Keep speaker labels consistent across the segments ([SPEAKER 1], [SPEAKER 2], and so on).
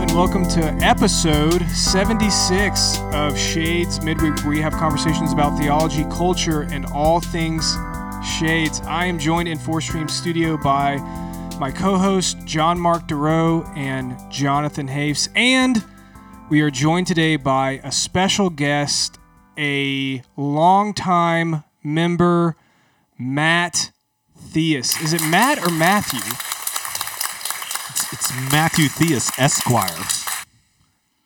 [SPEAKER 1] and welcome to episode 76 of Shades Midweek, where we have conversations about theology, culture, and all things Shades. I am joined in Four Stream Studio by my co host, John Mark DeRoe and Jonathan Hafes. And we are joined today by a special guest, a longtime member, Matt Theus. Is it Matt or Matthew?
[SPEAKER 2] It's Matthew Theus, Esquire.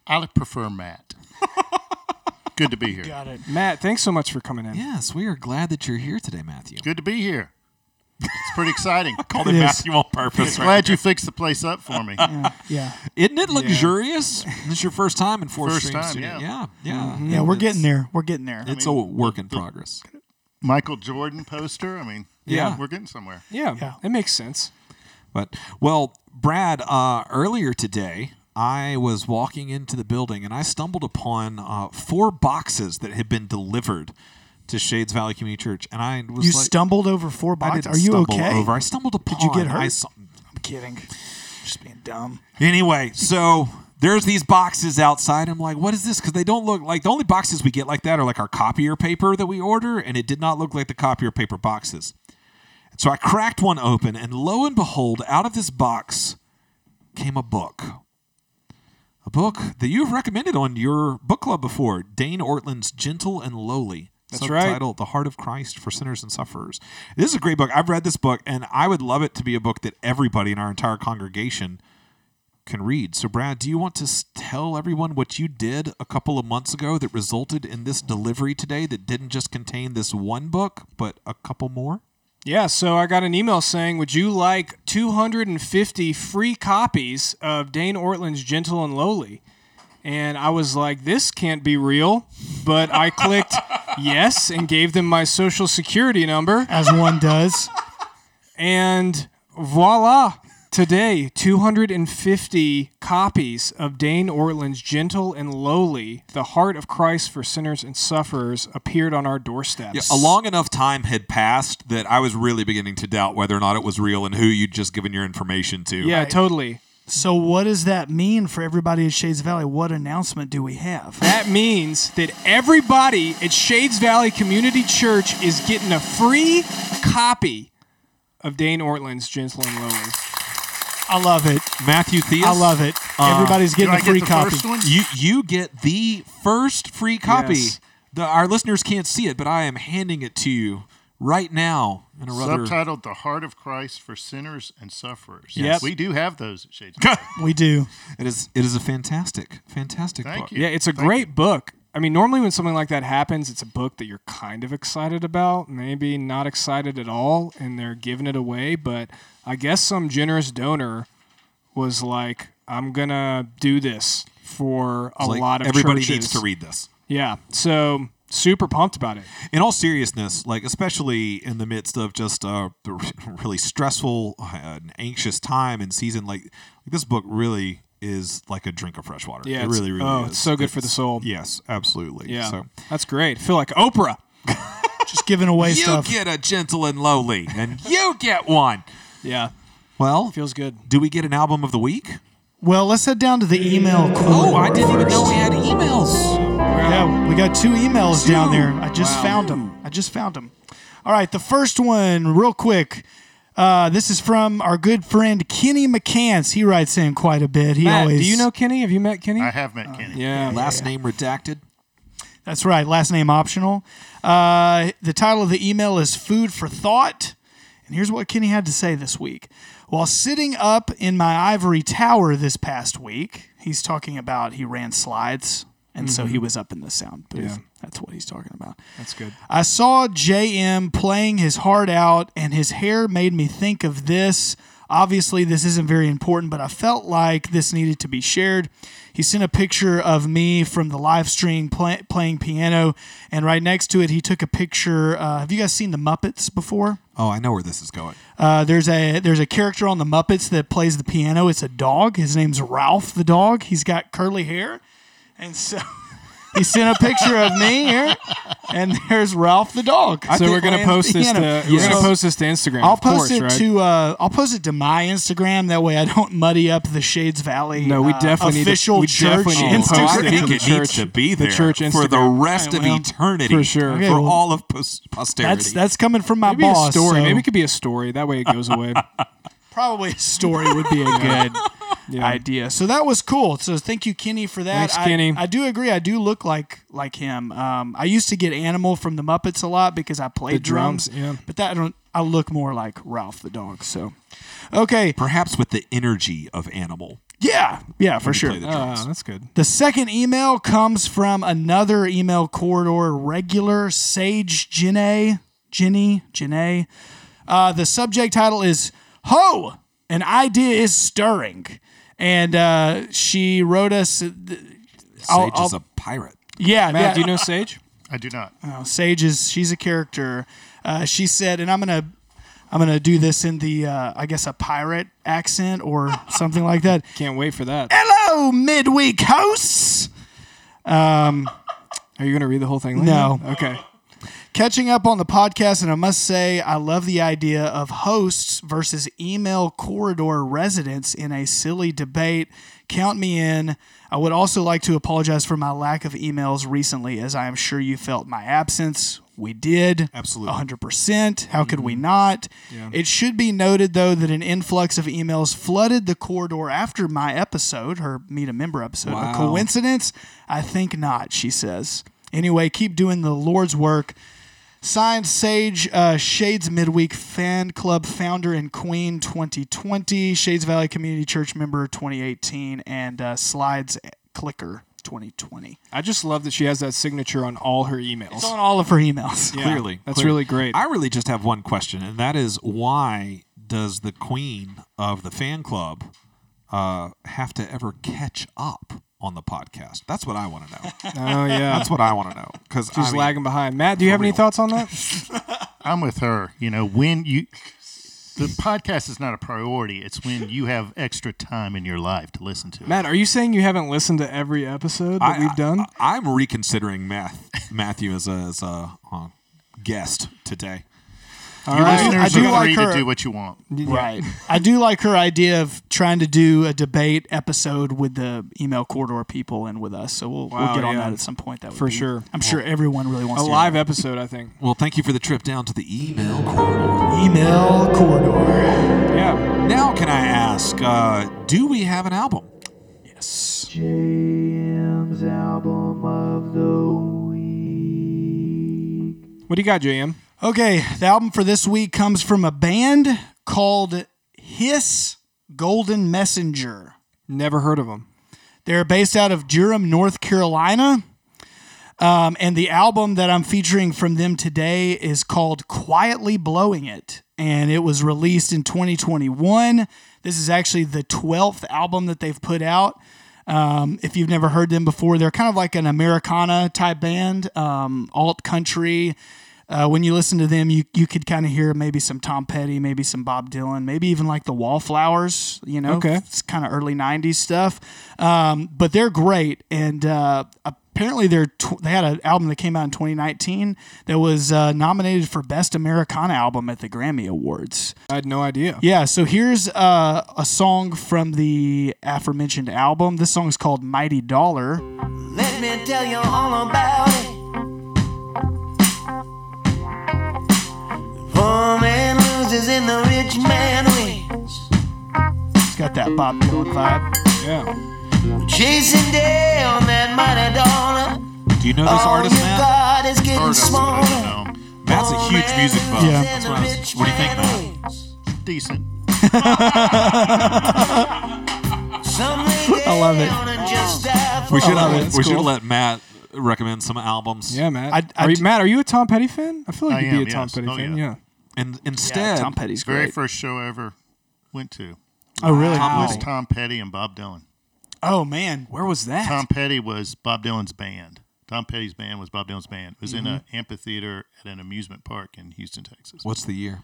[SPEAKER 3] I would prefer Matt. Good to be here.
[SPEAKER 1] Matt, thanks so much for coming in.
[SPEAKER 2] Yes, we are glad that you're here today, Matthew.
[SPEAKER 3] Good to be here. It's pretty exciting.
[SPEAKER 2] Called it
[SPEAKER 4] is.
[SPEAKER 2] Matthew on purpose. Right?
[SPEAKER 3] Glad you fixed the place up for me.
[SPEAKER 4] Yeah.
[SPEAKER 2] Isn't it luxurious? This is your first time in Four
[SPEAKER 3] First
[SPEAKER 2] Stream
[SPEAKER 3] time,
[SPEAKER 2] Studio.
[SPEAKER 3] yeah.
[SPEAKER 2] yeah, yeah.
[SPEAKER 4] Yeah, we're
[SPEAKER 2] It's-
[SPEAKER 4] getting there. We're getting there.
[SPEAKER 2] It's a work in progress.
[SPEAKER 3] Michael Jordan poster. I mean,
[SPEAKER 2] Yeah.
[SPEAKER 3] we're getting somewhere.
[SPEAKER 1] Yeah,
[SPEAKER 4] Yeah.
[SPEAKER 1] it makes sense.
[SPEAKER 2] But well, Brad, uh, earlier today I was walking into the building and I stumbled upon uh, four boxes that had been delivered to Shades Valley Community Church, and I was
[SPEAKER 4] You
[SPEAKER 2] like,
[SPEAKER 4] stumbled over four
[SPEAKER 2] I
[SPEAKER 4] boxes.
[SPEAKER 2] didn't
[SPEAKER 4] Are you
[SPEAKER 2] stumble
[SPEAKER 4] okay?
[SPEAKER 2] Over, I stumbled upon.
[SPEAKER 4] you get
[SPEAKER 2] I
[SPEAKER 4] hurt?
[SPEAKER 2] saw-
[SPEAKER 4] I'm kidding. Just being dumb.
[SPEAKER 2] Anyway, so there's these boxes outside. I'm like, what is this? Because they don't look like the only boxes we get like that are like our copier paper that we order, and it did not look like the copier paper boxes. So I cracked one open, and lo and behold, out of this box came a book. A book that you've recommended on your book club before, Dane Ortland's Gentle and Lowly.
[SPEAKER 1] That's right.
[SPEAKER 2] subtitled The Heart of Christ for Sinners and Sufferers. This is a great book. I've read this book, and I would love it to be a book that everybody in our entire congregation can read. So, Brad, do you want to s- tell everyone what you did a couple of months ago that resulted in this delivery today that didn't just contain this one book, but a couple more?
[SPEAKER 1] Yeah, so I got an email saying, Would you like 250 free copies of Dane Ortland's Gentle and Lowly? And I was like, This can't be real. But I clicked yes and gave them my social security number.
[SPEAKER 4] As one does.
[SPEAKER 1] And voila, today, 250 copies of Dane Ortland's Gentle and Lowly, The Heart of Christ for Sinners and Sufferers, appeared on our doorsteps.
[SPEAKER 2] Yeah, a long enough time had passed that I was really beginning to doubt whether or not it was real and who you'd just given your information to.
[SPEAKER 1] Yeah, totally.
[SPEAKER 4] So what does that mean for everybody at Shades Valley? What announcement do we have?
[SPEAKER 1] That means that everybody at Shades Valley Community Church is getting a free copy of Dane Ortland's Gentle and Lowly.
[SPEAKER 4] I love it.
[SPEAKER 2] Matthew Theus.
[SPEAKER 4] I love it.
[SPEAKER 2] Uh,
[SPEAKER 4] Everybody's
[SPEAKER 3] Did
[SPEAKER 4] getting
[SPEAKER 3] I
[SPEAKER 4] a
[SPEAKER 3] get
[SPEAKER 4] free
[SPEAKER 3] the
[SPEAKER 4] copy.
[SPEAKER 3] first one?
[SPEAKER 2] You you get the first free copy.
[SPEAKER 1] Yes.
[SPEAKER 2] The, our listeners can't see it, but I am handing it to you right now in a rather
[SPEAKER 3] Subtitled "The Heart of Christ for Sinners and Sufferers."
[SPEAKER 1] Yes.
[SPEAKER 3] we do have those at Shades.
[SPEAKER 4] We do.
[SPEAKER 2] It is it is a fantastic, fantastic
[SPEAKER 3] Thank
[SPEAKER 2] book.
[SPEAKER 3] you.
[SPEAKER 1] Yeah, it's a
[SPEAKER 3] Thank
[SPEAKER 1] great book. I mean, normally when something like that happens, it's a book that you're kind of excited about, maybe not excited at all, and they're giving it away. But I guess some generous donor was like, I'm going to do this for a
[SPEAKER 2] It's like,
[SPEAKER 1] lot of
[SPEAKER 2] everybody
[SPEAKER 1] churches.
[SPEAKER 2] needs to read this.
[SPEAKER 1] Yeah. So super pumped about it.
[SPEAKER 2] In all seriousness, like especially in the midst of just a really stressful, uh, and anxious time and season, like this book really is like a drink of fresh water.
[SPEAKER 1] Yeah,
[SPEAKER 2] it
[SPEAKER 1] it's-
[SPEAKER 2] really, really
[SPEAKER 1] oh,
[SPEAKER 2] is.
[SPEAKER 1] it's so good for the soul.
[SPEAKER 2] Yes, absolutely.
[SPEAKER 1] Yeah.
[SPEAKER 2] So
[SPEAKER 1] That's great. I feel like Oprah.
[SPEAKER 4] Just giving away
[SPEAKER 2] you
[SPEAKER 4] stuff.
[SPEAKER 2] get a gentle and lowly, and you get one.
[SPEAKER 1] Yeah.
[SPEAKER 2] Well,
[SPEAKER 1] Feels good.
[SPEAKER 2] do we get an album of the week?
[SPEAKER 4] Well, let's head down to the email corner.
[SPEAKER 2] Oh, I didn't even know
[SPEAKER 4] first.
[SPEAKER 2] we had emails.
[SPEAKER 4] Yeah, we got two emails
[SPEAKER 2] Two.
[SPEAKER 4] down there. I just
[SPEAKER 2] Wow.
[SPEAKER 4] found 'em. found them. I just found them. All right, the first one, real quick. Uh, this is from our good friend Kenny McCants. He writes in quite a bit. He
[SPEAKER 1] Matt,
[SPEAKER 4] always.
[SPEAKER 1] do you know Kenny? Have you met Kenny?
[SPEAKER 3] I have met Kenny.
[SPEAKER 1] yeah.
[SPEAKER 2] Last name redacted.
[SPEAKER 4] That's right. Last name optional. Uh, the title of the email is Food for Thought. And here's what Kenny had to say this week. While sitting up in my ivory tower this past week, he's talking about he ran slides. And so he was up in the sound booth.
[SPEAKER 1] Mm-hmm. Yeah.
[SPEAKER 4] That's what he's talking about.
[SPEAKER 1] That's good.
[SPEAKER 4] I saw JM playing his heart out, and his hair made me think of this. Obviously, this isn't very important, but I felt like this needed to be shared. He sent a picture of me from the live stream play, playing piano, and right next to it, he took a picture. Uh, have you guys seen the Muppets before?
[SPEAKER 2] Oh, I know where this is going.
[SPEAKER 4] Uh, there's a there's a character on the Muppets that plays the piano. It's a dog. His name's Ralph the dog. He's got curly hair, and so he sent a picture of me here, and there's Ralph the dog.
[SPEAKER 1] so we're gonna post this. To, We're gonna post this to Instagram.
[SPEAKER 4] I'll
[SPEAKER 1] of course,
[SPEAKER 4] post it
[SPEAKER 1] right?
[SPEAKER 4] to uh, I'll post it to my Instagram. That way, I don't muddy up the Shades Valley.
[SPEAKER 1] No, we
[SPEAKER 4] uh,
[SPEAKER 1] definitely need to-
[SPEAKER 4] official
[SPEAKER 1] we
[SPEAKER 4] church
[SPEAKER 1] definitely need to
[SPEAKER 2] Oh, I
[SPEAKER 1] post
[SPEAKER 4] Instagram.
[SPEAKER 1] it.
[SPEAKER 2] think
[SPEAKER 1] The
[SPEAKER 2] it
[SPEAKER 1] church-
[SPEAKER 2] needs to be
[SPEAKER 1] the
[SPEAKER 2] there
[SPEAKER 1] church
[SPEAKER 2] for the
[SPEAKER 1] Instagram.
[SPEAKER 2] rest
[SPEAKER 1] Alright, well,
[SPEAKER 2] of eternity,
[SPEAKER 1] for sure. Okay,
[SPEAKER 2] for
[SPEAKER 4] well,
[SPEAKER 2] all of pos- posterity.
[SPEAKER 4] That's that's coming from my
[SPEAKER 1] Maybe
[SPEAKER 4] boss.
[SPEAKER 1] a story.
[SPEAKER 4] so
[SPEAKER 1] Maybe it could be a story. That way it goes away.
[SPEAKER 4] probably a story would be a good
[SPEAKER 1] Yeah.
[SPEAKER 4] idea. So that was cool. So thank you, Kenny, for that.
[SPEAKER 1] Thanks,
[SPEAKER 4] I,
[SPEAKER 1] Kenny.
[SPEAKER 4] I do agree. I do look like like him. Um, I used to get Animal from the Muppets a lot because I played
[SPEAKER 1] The drums, yeah.
[SPEAKER 4] But that I don't. I look more like Ralph the dog. So okay,
[SPEAKER 2] Perhaps with the energy of animal.
[SPEAKER 4] yeah, yeah, for sure. Uh,
[SPEAKER 2] Play the drums.
[SPEAKER 1] Ah, that's good.
[SPEAKER 4] The second email comes from another email corridor regular, Sage Jene. Jenny, Jene. Uh, the subject title is Ho! An idea is stirring. And uh, she wrote us. th- I'll-
[SPEAKER 2] Sage
[SPEAKER 4] I'll-
[SPEAKER 2] is a pirate.
[SPEAKER 4] yeah,
[SPEAKER 1] Matt,
[SPEAKER 4] yeah.
[SPEAKER 1] do you know Sage?
[SPEAKER 3] I do not.
[SPEAKER 4] Oh, Sage is she's a character. Uh, she said, and I'm gonna I'm gonna do this in the uh, I guess a pirate accent or something like that.
[SPEAKER 1] Can't wait for that.
[SPEAKER 4] Hello, midweek hosts.
[SPEAKER 1] Are you gonna read the whole thing?
[SPEAKER 4] No.
[SPEAKER 1] Okay.
[SPEAKER 4] catching up on the podcast, and I must say, I love the idea of hosts versus email corridor residents in a silly debate. Count me in. I would also like to apologize for my lack of emails recently, as I am sure you felt my absence. We did.
[SPEAKER 2] Absolutely. Mm-hmm.
[SPEAKER 4] 100%. How could we not? It should be noted, though, that an influx of emails flooded the corridor after my episode, her Meet a Member episode. A
[SPEAKER 2] Wow.
[SPEAKER 4] coincidence? I think not, she says. Anyway, keep doing the Lord's work. Signed Sage, uh, Shades Midweek Fan Club founder and queen 2020, Shades Valley Community Church member 2018, and uh, Slides Clicker 2020.
[SPEAKER 1] I just love that she has that signature on all her emails.
[SPEAKER 4] It's on all of her emails.
[SPEAKER 1] Yeah,
[SPEAKER 2] clearly.
[SPEAKER 1] that's
[SPEAKER 2] clearly.
[SPEAKER 1] really great.
[SPEAKER 2] I really just have one question, and that is why does the queen of the fan club uh, have to ever catch up on the podcast? That's what I want to know.
[SPEAKER 1] oh yeah.
[SPEAKER 2] That's what I want to know because
[SPEAKER 1] She's lagging behind. Matt, do you have any thoughts on that?
[SPEAKER 3] I'm with her. You know, when you the podcast is not a priority, it's when you have extra time in your life to listen to it.
[SPEAKER 1] Matt, are you saying you haven't listened to every episode that we've done?
[SPEAKER 2] I, am reconsidering Math, Matthew as a, as a uh, guest today.
[SPEAKER 1] All
[SPEAKER 3] you
[SPEAKER 1] right.
[SPEAKER 4] I
[SPEAKER 3] listeners
[SPEAKER 4] do
[SPEAKER 3] are
[SPEAKER 4] like
[SPEAKER 3] free
[SPEAKER 4] her.
[SPEAKER 3] to do what you want.
[SPEAKER 4] Right. I do like her idea of trying to do a debate episode with the email corridor people and with us. So we'll,
[SPEAKER 1] Wow,
[SPEAKER 4] we'll get on
[SPEAKER 1] yeah.
[SPEAKER 4] that at some point. That would
[SPEAKER 1] For
[SPEAKER 4] be-
[SPEAKER 1] sure.
[SPEAKER 4] I'm sure everyone really wants
[SPEAKER 1] A
[SPEAKER 4] to hear
[SPEAKER 1] live episode, I think.
[SPEAKER 2] Well, thank you for the trip down to the email corridor.
[SPEAKER 4] that. email corridor.
[SPEAKER 1] Yeah.
[SPEAKER 2] Now, can I ask, uh, do we have an album?
[SPEAKER 4] Yes.
[SPEAKER 5] Jams album of the week.
[SPEAKER 1] What do you got, JM?
[SPEAKER 4] Okay. The album for this week comes from a band called Hiss Golden Messenger.
[SPEAKER 1] Never heard of them.
[SPEAKER 4] They're based out of Durham, North Carolina. Um, and the album that I'm featuring from them today is called Quietly Blowing It. And it was released in 2021. This is actually the 12th album that they've put out. Um, if you've never heard them before, they're kind of like an Americana type band, um, alt country. Uh, when you listen to them, you, you could kind of hear maybe some Tom Petty, maybe some Bob Dylan, maybe even like the Wallflowers, you know,
[SPEAKER 1] Okay.
[SPEAKER 4] it's kind of early 90s stuff um, but they're great and uh, apparently they're tw- they had an album that came out in 2019 that was uh, nominated for best americana album at the grammy awards
[SPEAKER 1] I had no idea.
[SPEAKER 4] yeah so here's uh, a song from the aforementioned album this song is called mighty dollar
[SPEAKER 5] Let me tell you all about it. Poor man loses in the rich man wins.
[SPEAKER 4] it's got that bob dylan vibe
[SPEAKER 1] Yeah.
[SPEAKER 5] Chasing down that mighty dollar.
[SPEAKER 2] Do you know this
[SPEAKER 5] All
[SPEAKER 2] artist,
[SPEAKER 5] Oh, you
[SPEAKER 2] Matt?
[SPEAKER 5] got is
[SPEAKER 3] Heard
[SPEAKER 5] getting
[SPEAKER 3] of, but um,
[SPEAKER 5] smaller.
[SPEAKER 3] I don't know.
[SPEAKER 2] Matt's a
[SPEAKER 5] Poor
[SPEAKER 2] huge
[SPEAKER 5] man
[SPEAKER 2] music buff.
[SPEAKER 5] loses
[SPEAKER 4] Yeah.
[SPEAKER 5] in
[SPEAKER 2] That's
[SPEAKER 5] the
[SPEAKER 2] what I was-
[SPEAKER 5] rich
[SPEAKER 2] what do you think,
[SPEAKER 5] man
[SPEAKER 2] Matt?
[SPEAKER 5] wins.
[SPEAKER 3] Decent.
[SPEAKER 5] Some lay
[SPEAKER 4] I love it.
[SPEAKER 5] down and just die
[SPEAKER 2] We
[SPEAKER 5] for
[SPEAKER 2] should
[SPEAKER 1] Oh,
[SPEAKER 2] have
[SPEAKER 1] that's
[SPEAKER 2] we should
[SPEAKER 1] cool.
[SPEAKER 2] have let Matt recommend some albums.
[SPEAKER 1] Yeah, Matt.
[SPEAKER 4] I- I
[SPEAKER 1] are you,
[SPEAKER 4] d-
[SPEAKER 1] Matt, are you a Tom Petty fan? I feel like
[SPEAKER 3] I
[SPEAKER 1] you'd be
[SPEAKER 3] am,
[SPEAKER 1] a Tom
[SPEAKER 3] yes.
[SPEAKER 1] Petty
[SPEAKER 3] Oh,
[SPEAKER 1] fan.
[SPEAKER 3] yeah.
[SPEAKER 1] Yeah.
[SPEAKER 2] And
[SPEAKER 4] yeah,
[SPEAKER 2] instead,
[SPEAKER 4] tom petty's
[SPEAKER 3] Very
[SPEAKER 4] great
[SPEAKER 3] first show I ever went to
[SPEAKER 4] oh really
[SPEAKER 2] Wow.
[SPEAKER 3] was Tom Petty and Bob Dylan.
[SPEAKER 4] oh man
[SPEAKER 1] Where was that?
[SPEAKER 3] Tom Petty was Bob Dylan's band. Tom Petty's band was Bob Dylan's band. It was in an amphitheater at an amusement park in Houston, Texas.
[SPEAKER 2] what's the year?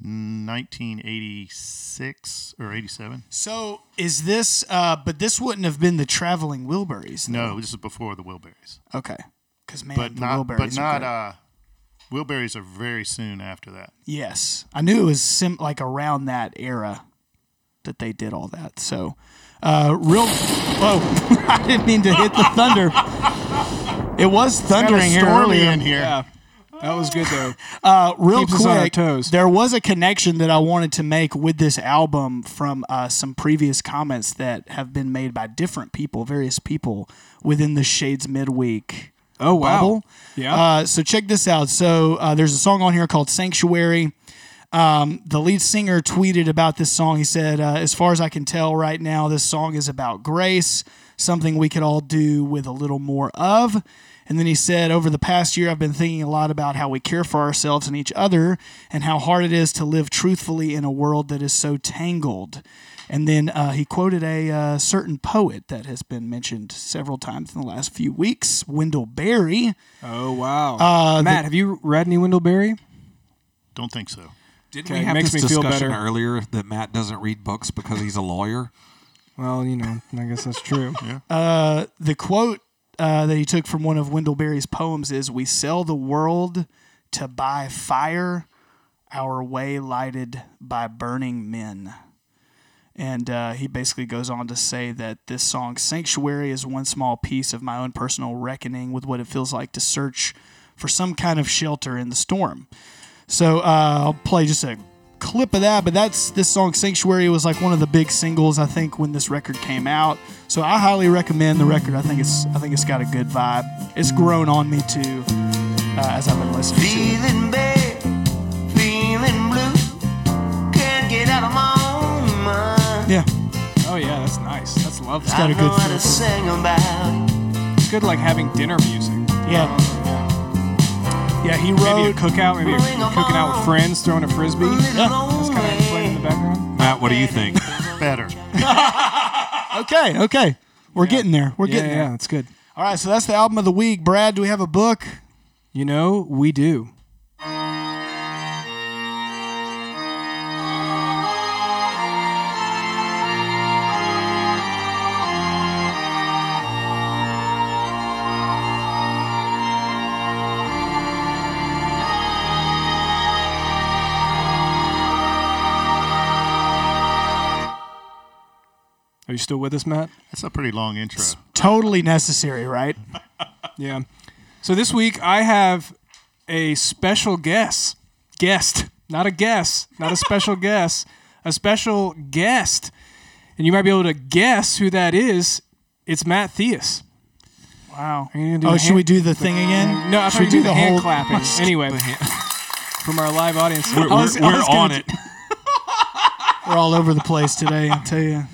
[SPEAKER 3] 1986 or 87.
[SPEAKER 4] So is this? Uh, but this wouldn't have been the traveling Wilburys. though.
[SPEAKER 3] No, this is before the Wilburys.
[SPEAKER 4] Okay. Because man,
[SPEAKER 3] But
[SPEAKER 4] the
[SPEAKER 3] not
[SPEAKER 4] Wilburys
[SPEAKER 3] but
[SPEAKER 4] are
[SPEAKER 3] not
[SPEAKER 4] great.
[SPEAKER 3] uh Wilburys are very soon after that.
[SPEAKER 4] Yes, I knew it was sim- like around that era that they did all that. So, uh, real. Oh, I didn't mean to hit the thunder. It was
[SPEAKER 3] Kinda
[SPEAKER 4] thundering here
[SPEAKER 3] stormy
[SPEAKER 4] earlier.
[SPEAKER 3] in here.
[SPEAKER 1] That was good though.
[SPEAKER 4] Uh, real
[SPEAKER 1] Keeps
[SPEAKER 4] quick,
[SPEAKER 1] us on our toes.
[SPEAKER 4] there was a connection that I wanted to make with this album from uh, some previous comments that have been made by different people, various people within the Shades Midweek
[SPEAKER 1] Oh wow.
[SPEAKER 4] bubble.
[SPEAKER 1] Yeah.
[SPEAKER 4] Uh, so check this out. So uh, there's a song on here called Sanctuary. Um, the lead singer tweeted about this song. He said, uh, "As far as I can tell right now, this song is about grace, something we could all do with a little more of." And then he said, "Over the past year, I've been thinking a lot about how we care for ourselves and each other, and how hard it is to live truthfully in a world that is so tangled." And then uh, he quoted a uh, certain poet that has been mentioned several times in the last few weeks, Wendell Berry.
[SPEAKER 1] oh wow.
[SPEAKER 4] uh,
[SPEAKER 1] Matt, have you read any Wendell Berry?
[SPEAKER 3] Don't think so.
[SPEAKER 2] Didn't
[SPEAKER 1] Okay,
[SPEAKER 2] we have
[SPEAKER 1] makes
[SPEAKER 2] this
[SPEAKER 1] me feel
[SPEAKER 2] discussion
[SPEAKER 1] better.
[SPEAKER 2] earlier that Matt doesn't read books because he's a lawyer?
[SPEAKER 1] Well, you know, I guess that's true.
[SPEAKER 4] the quote uh, that he took from one of Wendell Berry's poems is We sell the world to buy fire, our way lighted by burning men. And uh, he basically goes on to say that this song, Sanctuary, is one small piece of my own personal reckoning with what it feels like to search for some kind of shelter in the storm. So uh, I'll play just a clip of that, but that's this song Sanctuary was like one of the big singles I think when this record came out. So I highly recommend the record. I think it's I think it's got a good vibe. It's grown on me too uh, as I've been listening to it.
[SPEAKER 5] Feeling bad, feeling blue. Can't get out of my own mind.
[SPEAKER 4] Yeah,
[SPEAKER 1] Oh yeah, that's nice. That's lovely.
[SPEAKER 4] got a
[SPEAKER 5] I know
[SPEAKER 4] good
[SPEAKER 5] how
[SPEAKER 4] feel.
[SPEAKER 5] to sing about it.
[SPEAKER 1] It's good like having dinner music.
[SPEAKER 4] yeah, yeah. He
[SPEAKER 1] Maybe a
[SPEAKER 4] wrote.
[SPEAKER 1] cookout, maybe you're cooking out with friends, throwing a frisbee. That's
[SPEAKER 5] Yeah.
[SPEAKER 1] kind of playing in the background.
[SPEAKER 2] Matt, what do you think?
[SPEAKER 3] Better.
[SPEAKER 4] Okay, okay. We're getting there. We're
[SPEAKER 1] Yeah,
[SPEAKER 4] getting
[SPEAKER 1] yeah,
[SPEAKER 4] there.
[SPEAKER 1] that's good.
[SPEAKER 4] All right, so that's the album of the week. Brad, do we have a book?
[SPEAKER 1] You know, we do. Are you still with us, Matt?
[SPEAKER 3] That's a pretty long intro.
[SPEAKER 4] Totally necessary, right?
[SPEAKER 1] Yeah. So this week I have a special guest. Guest. Not a guess. Not a special guest. A special guest. And you might be able to guess who that is. It's Matt Theus.
[SPEAKER 4] Wow.
[SPEAKER 1] you gonna do
[SPEAKER 4] Oh,
[SPEAKER 1] the
[SPEAKER 4] should
[SPEAKER 1] hand-
[SPEAKER 4] we do the thing again?
[SPEAKER 1] No, I
[SPEAKER 4] should
[SPEAKER 1] thought you do the, hand clapping. Anyway, from our live audience.
[SPEAKER 2] We're,
[SPEAKER 4] I was-
[SPEAKER 2] we're-
[SPEAKER 4] I
[SPEAKER 2] we're
[SPEAKER 4] was gonna
[SPEAKER 2] on it.
[SPEAKER 4] We're all over the place today. I tell you.
[SPEAKER 2] Uh-huh.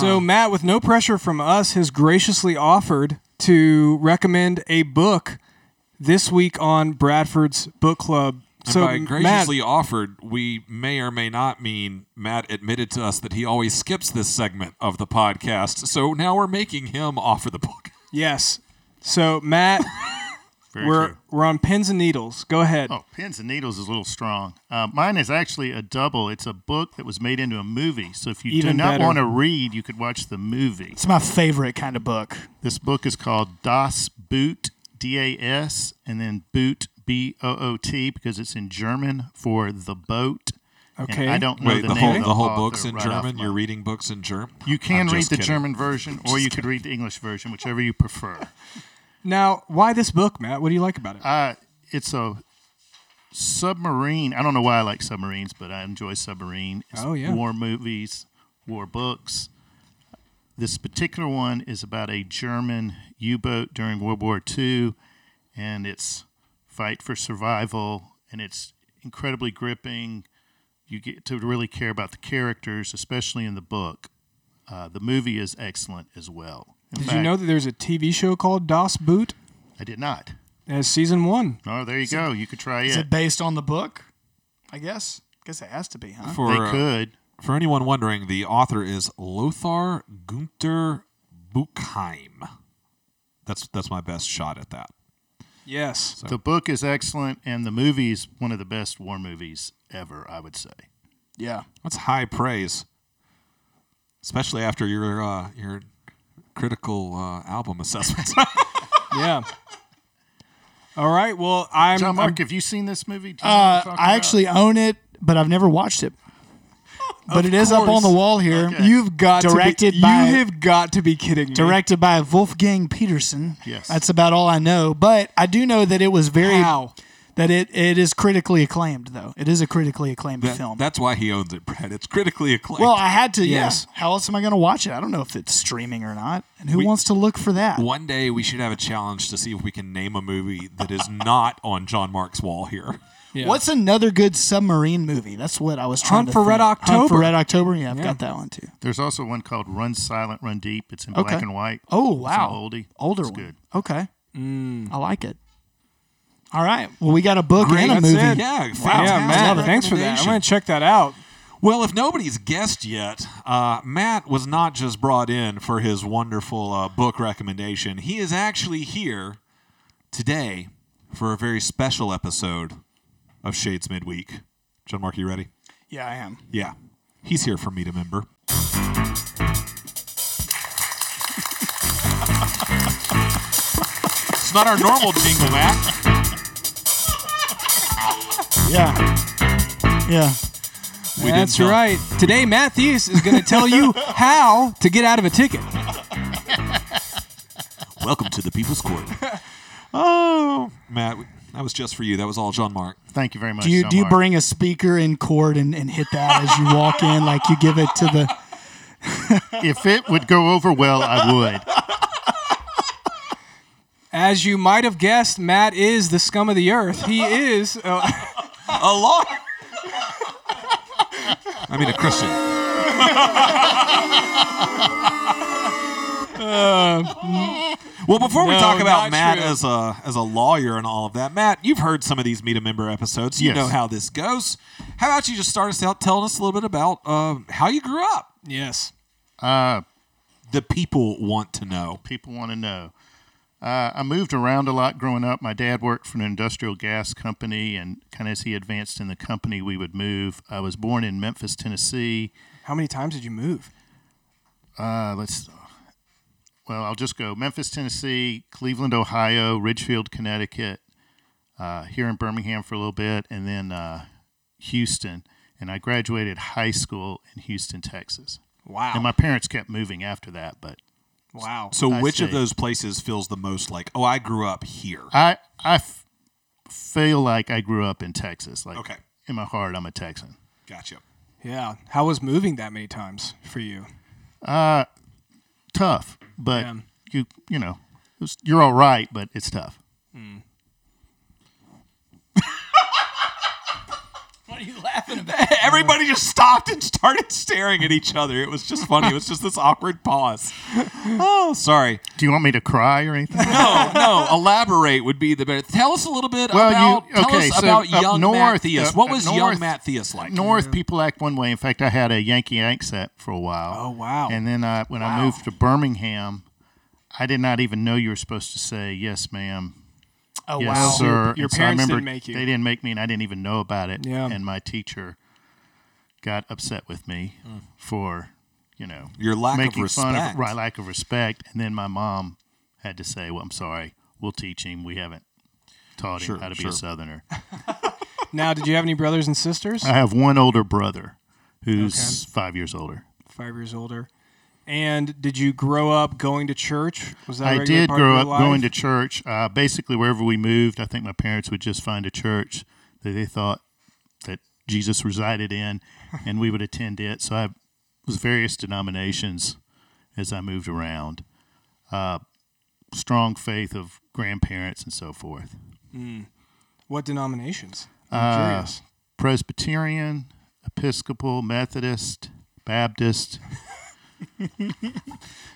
[SPEAKER 1] So Matt, with no pressure from us, has graciously offered to recommend a book this week on Bradford's book club. So
[SPEAKER 2] By
[SPEAKER 1] Matt,
[SPEAKER 2] graciously offered, we may or may not mean Matt admitted to us that he always skips this segment of the podcast. So now we're making him offer the book.
[SPEAKER 1] yes. So Matt,
[SPEAKER 3] Very
[SPEAKER 1] we're
[SPEAKER 3] true.
[SPEAKER 1] we're on pins and needles. Go ahead.
[SPEAKER 3] Oh, pins and needles is a little strong. Uh, mine is actually a double. It's a book that was made into a movie. So if you
[SPEAKER 1] Even
[SPEAKER 3] do not
[SPEAKER 1] better.
[SPEAKER 3] want to read, you could watch the movie.
[SPEAKER 4] It's my favorite kind of book.
[SPEAKER 3] This book is called Das Boot, D A S, and then Boot, B O O T, because it's in German for the boat. And
[SPEAKER 1] Okay.
[SPEAKER 3] I don't know
[SPEAKER 2] Wait,
[SPEAKER 3] the,
[SPEAKER 2] the
[SPEAKER 3] name
[SPEAKER 2] whole
[SPEAKER 3] of
[SPEAKER 2] the whole
[SPEAKER 3] author
[SPEAKER 2] book's in
[SPEAKER 3] right off
[SPEAKER 2] German.
[SPEAKER 3] my-
[SPEAKER 2] You're reading books in German.
[SPEAKER 3] You can
[SPEAKER 2] I'm
[SPEAKER 3] read
[SPEAKER 2] just
[SPEAKER 3] the
[SPEAKER 2] kidding.
[SPEAKER 3] German version, or you could read the English version, whichever you prefer.
[SPEAKER 1] Now, why this book, Matt? What do you like about it?
[SPEAKER 3] uh, it's a submarine. I don't know why I like submarines, but I enjoy submarine. It's
[SPEAKER 1] Oh, yeah.
[SPEAKER 3] War movies, war books. This particular one is about a German U boat during World War II and its fight for survival. And it's incredibly gripping. You get to really care about the characters, especially in the book. Uh, the movie is excellent as well. In
[SPEAKER 1] Did you
[SPEAKER 3] fact,
[SPEAKER 1] know that there's a TV show called Das Boot
[SPEAKER 3] I did not.
[SPEAKER 1] as season one?
[SPEAKER 3] Oh, there you go. You could try
[SPEAKER 4] Is
[SPEAKER 3] it.
[SPEAKER 4] it based on the book? I guess. guess it has to be, huh?
[SPEAKER 2] For
[SPEAKER 3] They
[SPEAKER 2] uh,
[SPEAKER 3] could.
[SPEAKER 2] for anyone wondering, the author is Lothar Gunther Buchheim. That's that's my best shot at that.
[SPEAKER 1] Yes.
[SPEAKER 3] The book is excellent, and the movie is one of the best war movies ever, I would say.
[SPEAKER 4] Yeah.
[SPEAKER 2] That's high praise, especially after your uh, your critical uh, album assessments.
[SPEAKER 1] Yeah. All right. Well, I'm.
[SPEAKER 3] John
[SPEAKER 1] I'm-
[SPEAKER 3] Mark, have you seen this movie? Do you know what I'm
[SPEAKER 4] Uh,
[SPEAKER 3] talking
[SPEAKER 4] I
[SPEAKER 3] about?
[SPEAKER 4] actually own it, but I've never watched it. But it is up on
[SPEAKER 1] course.
[SPEAKER 4] the wall here.
[SPEAKER 3] Okay.
[SPEAKER 1] you've got
[SPEAKER 4] Directed
[SPEAKER 1] To be,
[SPEAKER 4] by-
[SPEAKER 1] you have got to be kidding me.
[SPEAKER 4] Directed by Wolfgang Peterson.
[SPEAKER 3] Yes.
[SPEAKER 4] That's about all I know. But I do know that it was very
[SPEAKER 1] How?
[SPEAKER 4] that it, it is critically acclaimed though. It is a critically acclaimed
[SPEAKER 2] That-
[SPEAKER 4] film.
[SPEAKER 2] That's why he owns it, Brad. It's critically acclaimed.
[SPEAKER 4] well, I had to,
[SPEAKER 1] Yes.
[SPEAKER 4] yes. How else am I gonna watch it? I don't know if it's streaming or not. And who wants to look for that?
[SPEAKER 2] one day we should have a challenge to see if we can name a movie that is not on John Mark's wall here.
[SPEAKER 1] Yeah.
[SPEAKER 4] What's another good submarine movie? That's what I was trying
[SPEAKER 1] Hunt
[SPEAKER 4] to
[SPEAKER 1] for Red
[SPEAKER 4] think. Hunt
[SPEAKER 1] October.
[SPEAKER 4] for Red October. Yeah, I've
[SPEAKER 1] Yeah.
[SPEAKER 4] got that one too.
[SPEAKER 3] There's also one called Run Silent, Run Deep. It's in
[SPEAKER 4] Okay.
[SPEAKER 3] black and white.
[SPEAKER 4] Oh
[SPEAKER 3] It's an
[SPEAKER 4] wow,
[SPEAKER 3] oldie.
[SPEAKER 4] older
[SPEAKER 3] It's
[SPEAKER 4] one.
[SPEAKER 3] good.
[SPEAKER 4] Okay, I like it. All right, well we got a book and a
[SPEAKER 1] That's
[SPEAKER 4] movie.
[SPEAKER 1] it.
[SPEAKER 2] Yeah,
[SPEAKER 1] yeah,
[SPEAKER 3] Oh,
[SPEAKER 2] fantastic
[SPEAKER 1] Matt. Thanks for that. I'm
[SPEAKER 2] recommendation.
[SPEAKER 1] gonna check that out.
[SPEAKER 2] Well, if nobody's guessed yet, uh, Matt was not just brought in for his wonderful uh, book recommendation. He is actually here today for a very special episode of Shades Midweek. John Mark, you ready?
[SPEAKER 4] Yeah, I am.
[SPEAKER 2] Yeah. He's here for me to member. it's not our normal jingle, Matt.
[SPEAKER 4] Yeah, yeah.
[SPEAKER 2] We
[SPEAKER 1] That's
[SPEAKER 2] tell-
[SPEAKER 1] right. Today, Matt Theus is going to tell you how to get out of a ticket.
[SPEAKER 2] Welcome to the People's Court. oh, Matt, that was just for you. That was all John Mark.
[SPEAKER 3] Thank you very much.
[SPEAKER 4] Do you
[SPEAKER 3] John
[SPEAKER 4] do you
[SPEAKER 3] Mark.
[SPEAKER 4] bring a speaker in court and, and hit that as you walk in, like you give it to the?
[SPEAKER 3] If it would go over well, I would.
[SPEAKER 1] As you might have guessed, Matt is the scum of the earth. He is. Uh,
[SPEAKER 2] A law. I mean, a Christian. well, before we
[SPEAKER 1] Uh, No,
[SPEAKER 2] talk about
[SPEAKER 1] not
[SPEAKER 2] Matt
[SPEAKER 1] true.
[SPEAKER 2] as a as a lawyer and all of that, Matt, you've heard some of these meet a member episodes. You
[SPEAKER 3] Yes.
[SPEAKER 2] know how this goes. How about you just start us out telling us a little bit about uh, how you grew up?
[SPEAKER 1] yes.
[SPEAKER 3] Uh,
[SPEAKER 2] The people want to know.
[SPEAKER 3] people want to know. Uh, I moved around a lot growing up. My dad worked for an industrial gas company, and kind of as he advanced in the company, we would move. I was born in Memphis, Tennessee.
[SPEAKER 1] How many times did you move?
[SPEAKER 3] Uh, let's. Well, I'll just go Memphis, Tennessee, Cleveland, Ohio, Ridgefield, Connecticut, uh, here in Birmingham for a little bit, and then uh, Houston. And I graduated high school in Houston, Texas.
[SPEAKER 1] Wow.
[SPEAKER 3] And my parents kept moving after that, but
[SPEAKER 1] wow.
[SPEAKER 2] So,
[SPEAKER 3] I
[SPEAKER 2] which of
[SPEAKER 3] see.
[SPEAKER 2] those places feels the most like? Oh, I grew up here.
[SPEAKER 3] I I f- feel like I grew up in Texas. Like
[SPEAKER 2] Okay.
[SPEAKER 3] in my heart, I'm a Texan.
[SPEAKER 2] Gotcha.
[SPEAKER 1] Yeah. How was moving that many times for you?
[SPEAKER 3] Tough, but
[SPEAKER 1] Yeah.
[SPEAKER 3] you you know it was- you're all right, but it's tough.
[SPEAKER 2] Everybody just stopped and started staring at each other. It was just funny. It was just this awkward pause. Oh, sorry.
[SPEAKER 3] Do you want me to cry or anything?
[SPEAKER 2] No, no. Elaborate would be the better. Tell us a little bit
[SPEAKER 3] Well,
[SPEAKER 2] about.
[SPEAKER 3] you-
[SPEAKER 2] tell
[SPEAKER 3] okay,
[SPEAKER 2] us
[SPEAKER 3] so
[SPEAKER 2] about
[SPEAKER 3] up
[SPEAKER 2] young Matt
[SPEAKER 3] north-
[SPEAKER 2] Theus.
[SPEAKER 3] up-
[SPEAKER 2] what
[SPEAKER 3] up
[SPEAKER 2] was young
[SPEAKER 3] north-
[SPEAKER 2] Matt Theus like?
[SPEAKER 3] North people act one way. In fact, I had a Yankee accent for a while.
[SPEAKER 1] Oh, wow.
[SPEAKER 3] And then I, when I moved to Birmingham, I did not even know you were supposed to say yes, ma'am.
[SPEAKER 4] Oh
[SPEAKER 3] yes,
[SPEAKER 4] wow.
[SPEAKER 3] sir.
[SPEAKER 1] Your- your
[SPEAKER 3] And so I
[SPEAKER 1] parents didn't
[SPEAKER 3] remember
[SPEAKER 1] make you.
[SPEAKER 3] They didn't make me, and I didn't even know about it.
[SPEAKER 1] Yeah.
[SPEAKER 3] And my teacher got upset with me
[SPEAKER 1] Mm.
[SPEAKER 3] for, you know,
[SPEAKER 2] Your lack of
[SPEAKER 3] making Fun
[SPEAKER 2] respect.
[SPEAKER 3] of, right, lack of respect. And then my mom had to say, "Well, I'm sorry. We'll teach him. We haven't taught
[SPEAKER 2] Sure,
[SPEAKER 3] him how to be
[SPEAKER 2] sure.
[SPEAKER 3] a Southerner."
[SPEAKER 1] Now, did you have any brothers and sisters?
[SPEAKER 3] I have one older brother who's five years older.
[SPEAKER 1] Five years older. And did you grow up going to church? Was that a
[SPEAKER 3] I
[SPEAKER 1] regular
[SPEAKER 3] did
[SPEAKER 1] part of
[SPEAKER 3] grow
[SPEAKER 1] your
[SPEAKER 3] up
[SPEAKER 1] life?
[SPEAKER 3] going to church. Uh, basically, wherever we moved, I think my parents would just find a church that they thought that Jesus resided in, and we would attend it. So I was various denominations as I moved around. Uh, strong faith of grandparents and so forth.
[SPEAKER 1] What denominations? I'm
[SPEAKER 3] Uh,
[SPEAKER 1] curious.
[SPEAKER 3] Presbyterian, Episcopal, Methodist, Baptist.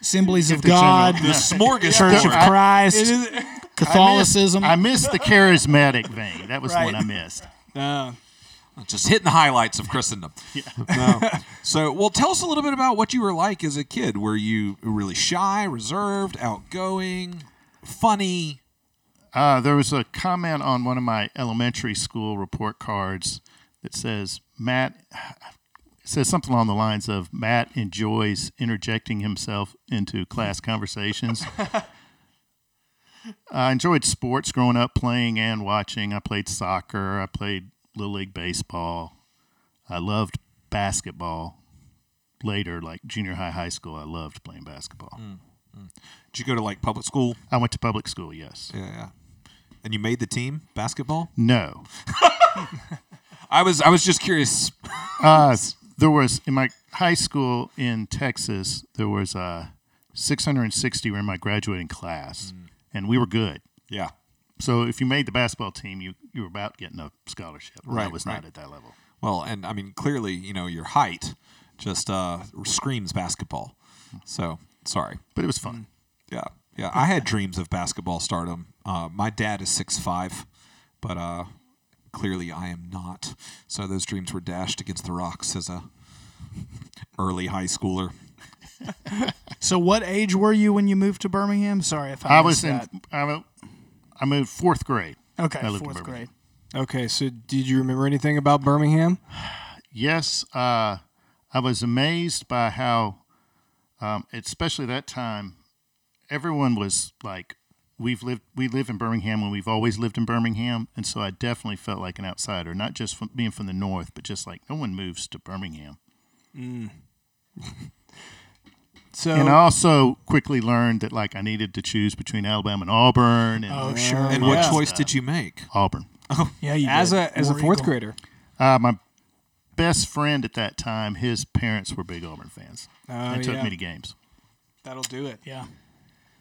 [SPEAKER 4] Assemblies of
[SPEAKER 3] the general-
[SPEAKER 4] God,
[SPEAKER 2] The
[SPEAKER 4] Church of
[SPEAKER 2] smorgasbord.
[SPEAKER 4] Christ, Catholicism.
[SPEAKER 3] I missed the charismatic vein. That was the one I
[SPEAKER 4] Right.
[SPEAKER 3] missed.
[SPEAKER 1] Uh,
[SPEAKER 2] Just hitting the highlights of Christendom. No. So, well, tell us a little bit about what you were like as a kid. Were you really shy, reserved, outgoing, funny?
[SPEAKER 3] Uh, there was a comment on one of my elementary school report cards that says Matt it says something along the lines of Matt enjoys interjecting himself into class conversations. I enjoyed sports growing up, playing and watching. I played soccer. I played little league baseball. I loved basketball. Later, like junior high, high school, I loved playing basketball.
[SPEAKER 2] Did you go to like public school?
[SPEAKER 3] I went to public school. Yes.
[SPEAKER 2] Yeah, yeah. And you made the team basketball?
[SPEAKER 3] No.
[SPEAKER 2] I was I was just curious.
[SPEAKER 3] Uh, there was in my high school in Texas, there was uh, 660 were in my graduating class,
[SPEAKER 4] Mm.
[SPEAKER 3] and we were good.
[SPEAKER 2] Yeah.
[SPEAKER 3] So if you made the basketball team, you you were about getting a scholarship. and I
[SPEAKER 2] Right,
[SPEAKER 3] was
[SPEAKER 2] right.
[SPEAKER 3] not at that level.
[SPEAKER 2] Well, and I mean clearly, you know, your height just uh, screams basketball. So sorry.
[SPEAKER 3] But it was
[SPEAKER 4] Mm.
[SPEAKER 3] fun.
[SPEAKER 2] Yeah, yeah. I had dreams of basketball stardom. Uh, my dad is six five, but uh, clearly I am not. So those dreams were dashed against the rocks as a early high schooler.
[SPEAKER 4] So, what age were you when you moved to Birmingham? Sorry if I,
[SPEAKER 3] I
[SPEAKER 4] missed
[SPEAKER 3] was in.
[SPEAKER 4] that.
[SPEAKER 3] I, wa- I moved fourth grade.
[SPEAKER 4] okay
[SPEAKER 3] I lived in
[SPEAKER 4] fourth
[SPEAKER 3] Birmingham.
[SPEAKER 4] grade.
[SPEAKER 1] Okay, so did you remember anything about Birmingham?
[SPEAKER 3] Yes, uh, I was amazed by how, um, especially that time, everyone was like, "We've lived, we live in Birmingham, and we've always lived in Birmingham." And so I definitely felt like an outsider, not just from being from the north, but just like no one moves to Birmingham.
[SPEAKER 1] So
[SPEAKER 3] And I also quickly learned that like I needed to choose between Alabama and Auburn, and
[SPEAKER 4] Oh, sure.
[SPEAKER 2] And
[SPEAKER 1] Yeah.
[SPEAKER 2] what choice did you make?
[SPEAKER 3] Auburn.
[SPEAKER 4] Yeah, you
[SPEAKER 1] as
[SPEAKER 4] did.
[SPEAKER 1] a as a
[SPEAKER 4] War
[SPEAKER 1] fourth
[SPEAKER 4] Eagle.
[SPEAKER 1] grader.
[SPEAKER 3] Uh, my best friend at that time, his parents were big Auburn fans,
[SPEAKER 1] Oh,
[SPEAKER 3] and took
[SPEAKER 1] yeah.
[SPEAKER 3] me to games.
[SPEAKER 1] That'll do it.
[SPEAKER 4] Yeah.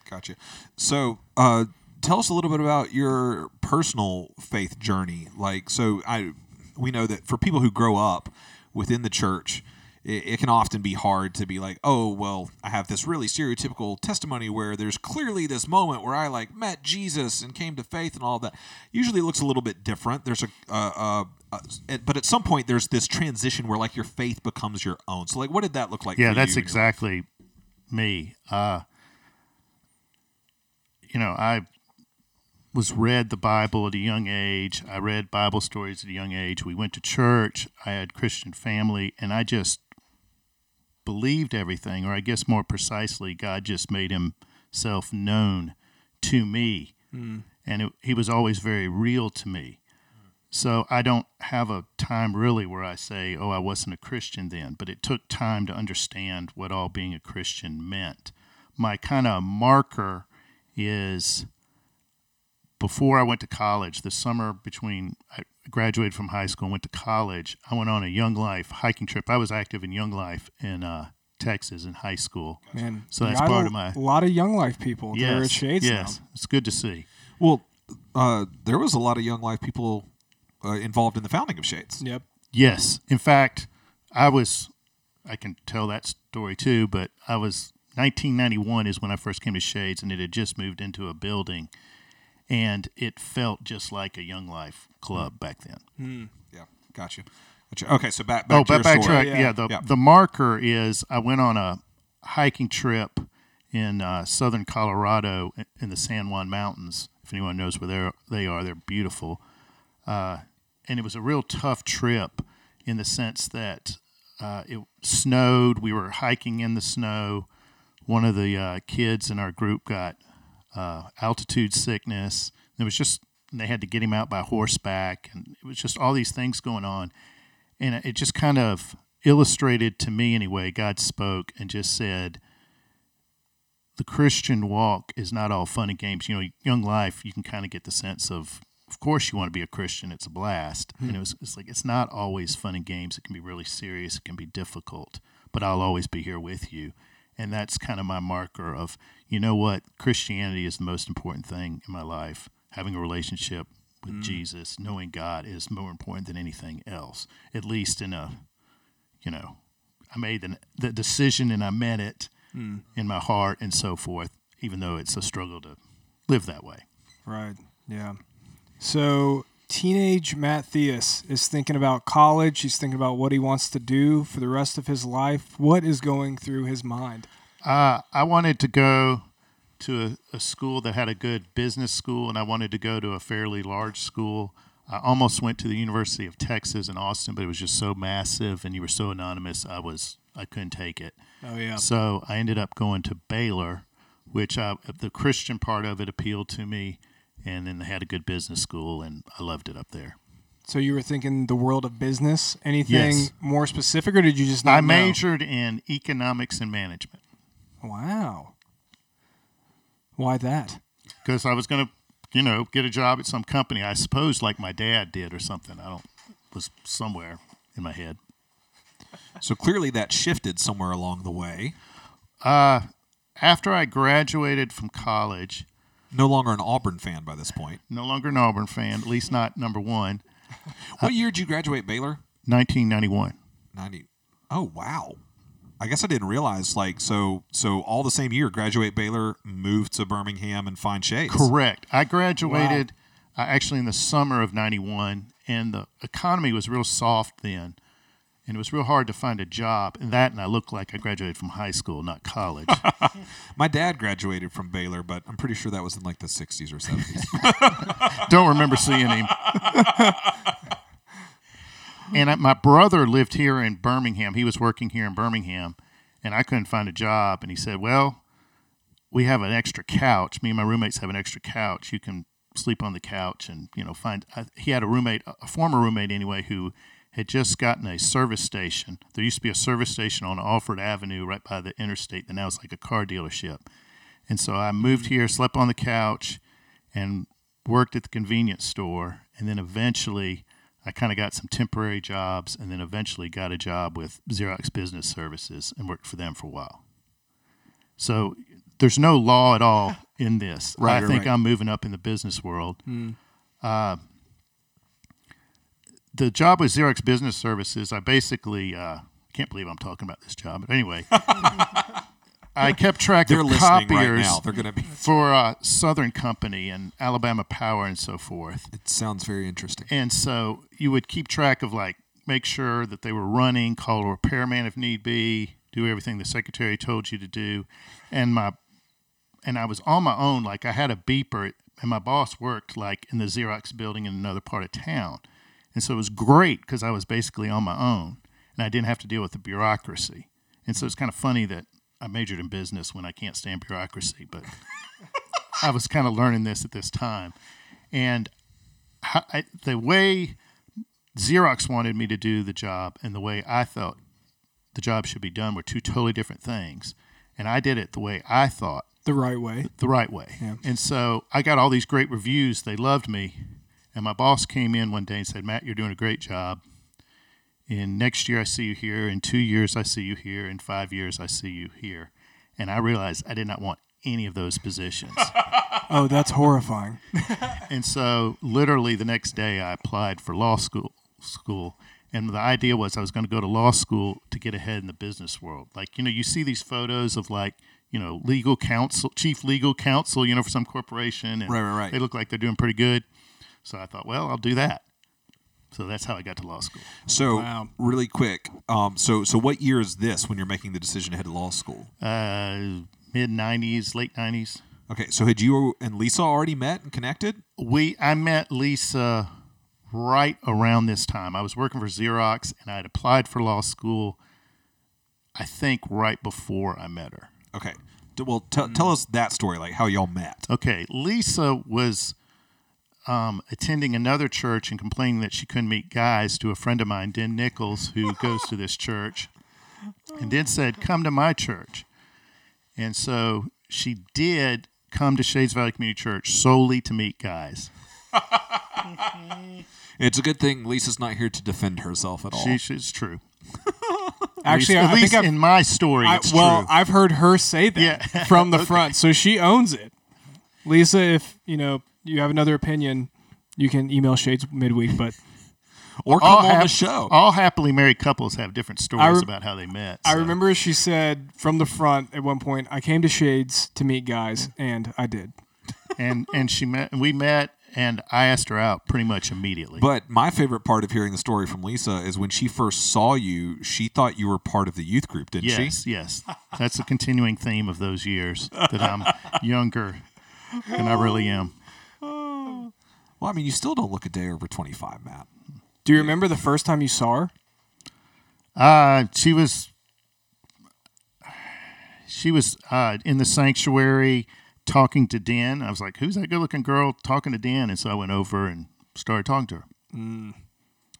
[SPEAKER 2] Gotcha. So, uh, tell us a little bit about your personal faith journey. Like, so I, we know that for people who grow up within the church, it, it can often be hard to be like, oh, well, I have this really stereotypical testimony where there's clearly this moment where I like met Jesus and came to faith and all that. Usually, it looks a little bit different. There's a, uh, uh, uh, at- but at some point, there's this transition where like your faith becomes your own. So, like, what did that look like?
[SPEAKER 3] Yeah,
[SPEAKER 2] for
[SPEAKER 3] that's
[SPEAKER 2] you?
[SPEAKER 3] exactly me. Uh, you know, I was read the Bible at a young age. I read Bible stories at a young age. We went to church. I had Christian family, and I just believed everything, or I guess more precisely, God just made Himself known to me,
[SPEAKER 2] Hmm.
[SPEAKER 3] and it, He was always very real to me. So I don't have a time really where I say, oh, I wasn't a Christian then, but it took time to understand what all being a Christian meant. My kind of marker is before I went to college, the summer between I graduated from high school and went to college, I went on a Young Life hiking trip. I was active in Young Life in uh, Texas in high school.
[SPEAKER 1] Man,
[SPEAKER 3] So that's
[SPEAKER 1] you got
[SPEAKER 3] part
[SPEAKER 1] a
[SPEAKER 3] of my-
[SPEAKER 1] lot of young life people. that are at
[SPEAKER 3] Yes,
[SPEAKER 1] Shades now.
[SPEAKER 3] yes, it's good to see.
[SPEAKER 2] Well, uh, there was a lot of young life people uh, involved in the founding of Shades.
[SPEAKER 1] Yep.
[SPEAKER 3] Yes. In fact, I was, I can tell that story too, but I was, 1991 is when I first came to Shades and it had just moved into a building and it felt just like a Young Life club back then.
[SPEAKER 2] Yeah, gotcha. gotcha. Okay, so back back to your
[SPEAKER 3] oh, but
[SPEAKER 2] story.
[SPEAKER 3] backtrack.
[SPEAKER 1] Yeah.
[SPEAKER 3] Yeah. the
[SPEAKER 2] Yeah.
[SPEAKER 3] the marker is I went on a hiking trip in uh, southern Colorado i- in the San Juan Mountains. If anyone knows where they're, they are, they're beautiful. Uh, and it was a real tough trip in the sense that uh, it snowed. We were hiking in the snow. One of the uh, kids in our group got uh, altitude sickness. It was just and they had to get him out by horseback, and it was just all these things going on and it just kind of illustrated to me anyway god spoke and just said the christian walk is not all fun and games you know young life you can kind of get the sense of of course you want to be a christian it's a blast and it was it's like it's not always fun and games it can be really serious it can be difficult but i'll always be here with you and that's kind of my marker of you know what christianity is the most important thing in my life having a relationship with jesus knowing god is more important than anything else at least in a you know i made the, the decision and i meant it in my heart and so forth even though it's a struggle to live that way
[SPEAKER 1] Right. Yeah. So teenage Matt Theus is thinking about college. He's thinking about what he wants to do for the rest of his life. What is going through his mind?
[SPEAKER 3] uh, i wanted to go to a, a school that had a good business school, and I wanted to go to a fairly large school. I almost went to the University of Texas in Austin, but it was just so massive, and you were so anonymous. I was I couldn't take it.
[SPEAKER 1] Oh yeah.
[SPEAKER 3] So I ended up going to Baylor, which I, the Christian part of it appealed to me, and then they had a good business school, and I loved it up there.
[SPEAKER 1] So you were thinking the world of business? Anything
[SPEAKER 3] Yes.
[SPEAKER 1] more specific, or did you just not
[SPEAKER 3] I
[SPEAKER 1] know?
[SPEAKER 3] majored in economics and management
[SPEAKER 1] Wow. Why that?
[SPEAKER 3] because I was going to, you know, get a job at some company. I suppose like my dad did or something. I don't was somewhere in my head.
[SPEAKER 2] So clearly that shifted somewhere along the way.
[SPEAKER 3] After I graduated from college,
[SPEAKER 2] No longer an Auburn fan by this point.
[SPEAKER 3] no longer an Auburn fan, at least not number one.
[SPEAKER 2] What year did you graduate Baylor?
[SPEAKER 3] 1991.
[SPEAKER 2] 90. Oh, wow. I guess I didn't realize like so so all the same year graduate Baylor, move to Birmingham and find Shades.
[SPEAKER 3] Correct. I graduated uh, actually in the summer of 91, and the economy was real soft then. And it was real hard to find a job. And that, and I looked like I graduated from high school, not college.
[SPEAKER 2] My dad graduated from Baylor, but I'm pretty sure that was in like the 60s or 70s.
[SPEAKER 3] Don't remember seeing him. and I, my brother lived here in Birmingham. He was working here in Birmingham, and I couldn't find a job. And he said, "Well, we have an extra couch. Me and my roommates have an extra couch. You can sleep on the couch, and you know, find." I, he had a roommate, a former roommate anyway, who had just gotten a service station. There used to be a service station on Alford Avenue, right by the interstate, that now is like a car dealership. And so I moved here, slept on the couch, and worked at the convenience store. And then eventually, I kind of got some temporary jobs, and then eventually got a job with Xerox Business Services and worked for them for a while. So there's no law at all in this.
[SPEAKER 2] Right,
[SPEAKER 3] I
[SPEAKER 2] right,
[SPEAKER 3] think
[SPEAKER 2] right. Hmm.
[SPEAKER 3] I'm moving up in the business world. Uh, the job with Xerox Business Services, I basically uh, can't believe I'm talking about this job, but anyway. I kept track
[SPEAKER 2] They're
[SPEAKER 3] of
[SPEAKER 2] listening
[SPEAKER 3] copiers
[SPEAKER 2] right now. They're going to be
[SPEAKER 3] for uh, Southern Company and Alabama Power and so forth.
[SPEAKER 2] It sounds very interesting.
[SPEAKER 3] And so you would keep track of like make sure that they were running, call a repairman if need be, do everything the secretary told you to do. And my and I was on my own, like I had a beeper and my boss worked like in the Xerox building in another part of town. And so it was great because I was basically on my own and I didn't have to deal with the bureaucracy. And so it's kind of funny that I majored in business when I can't stand bureaucracy, but I was kind of learning this at this time. And how, I, the way Xerox wanted me to do the job and the way I thought the job should be done were two totally different things. And I did it the way I thought
[SPEAKER 1] The right way.
[SPEAKER 3] the right way. And so I got all these great reviews. They loved me. And my boss came in one day and said, Matt, you're doing a great job. In next year, I see you here. In two years, I see you here. In five years, I see you here. And I realized I did not want any of those positions.
[SPEAKER 1] Oh, that's horrifying.
[SPEAKER 3] and so, literally, the next day, I applied for law school. School, and the idea was I was going to go to law school to get ahead in the business world. Like you know, you see these photos of like you know legal counsel, chief legal counsel, you know, for some corporation, and
[SPEAKER 2] Right, right, right.
[SPEAKER 3] they look like they're doing pretty good. So I thought, well, I'll do that. So that's how I got to law school.
[SPEAKER 2] So,
[SPEAKER 1] Wow.
[SPEAKER 2] really quick, um, so so what year is this when you're making the decision to head to law school?
[SPEAKER 3] Uh, Mid '90s, late '90s.
[SPEAKER 2] Okay, so had you and Lisa already met and connected?
[SPEAKER 3] we I met Lisa right around this time. I was working for Xerox and I had applied for law school. I think right before I met her.
[SPEAKER 2] Okay, D- well, t-
[SPEAKER 3] Mm.
[SPEAKER 2] tell us that story, like how y'all met.
[SPEAKER 3] Okay, Lisa was um, attending another church and complaining that she couldn't meet guys to a friend of mine, Den Nichols, who goes to this church, and then said, "Come to my church." And so she did come to Shades Valley Community Church solely to meet guys.
[SPEAKER 2] It's a good thing Lisa's not here to defend herself at all.
[SPEAKER 3] She, she's true.
[SPEAKER 1] Actually,
[SPEAKER 3] at
[SPEAKER 1] I,
[SPEAKER 3] least
[SPEAKER 1] think I've,
[SPEAKER 3] in my story,
[SPEAKER 1] I-
[SPEAKER 3] it's
[SPEAKER 1] well,
[SPEAKER 3] true.
[SPEAKER 1] I've heard her say that
[SPEAKER 3] Yeah.
[SPEAKER 1] from the front, so she owns it. Lisa, if you know you have another opinion, you can email Shades midweek. But
[SPEAKER 2] or come on
[SPEAKER 3] hap-
[SPEAKER 2] the show.
[SPEAKER 3] all happily married couples have different stories
[SPEAKER 1] I rem-
[SPEAKER 3] about how they met.
[SPEAKER 1] I
[SPEAKER 3] so.
[SPEAKER 1] remember she said from the front at one point, "I came to Shades to meet guys, and I did."
[SPEAKER 3] and and she met, and we met, and I asked her out pretty much immediately.
[SPEAKER 2] But my favorite part of hearing the story from Lisa is when she first saw you, she thought you were part of the youth group, didn't she?
[SPEAKER 3] yes, yes, that's a continuing theme of those years that I'm younger than I really am.
[SPEAKER 2] Well, I mean, you still don't look a day over 25, Matt.
[SPEAKER 1] Do you remember the first time you saw her?
[SPEAKER 3] Uh, she was she was uh, in the sanctuary talking to Dan. I was like, "Who's that good-looking girl talking to Dan?" And so I went over and started talking to her.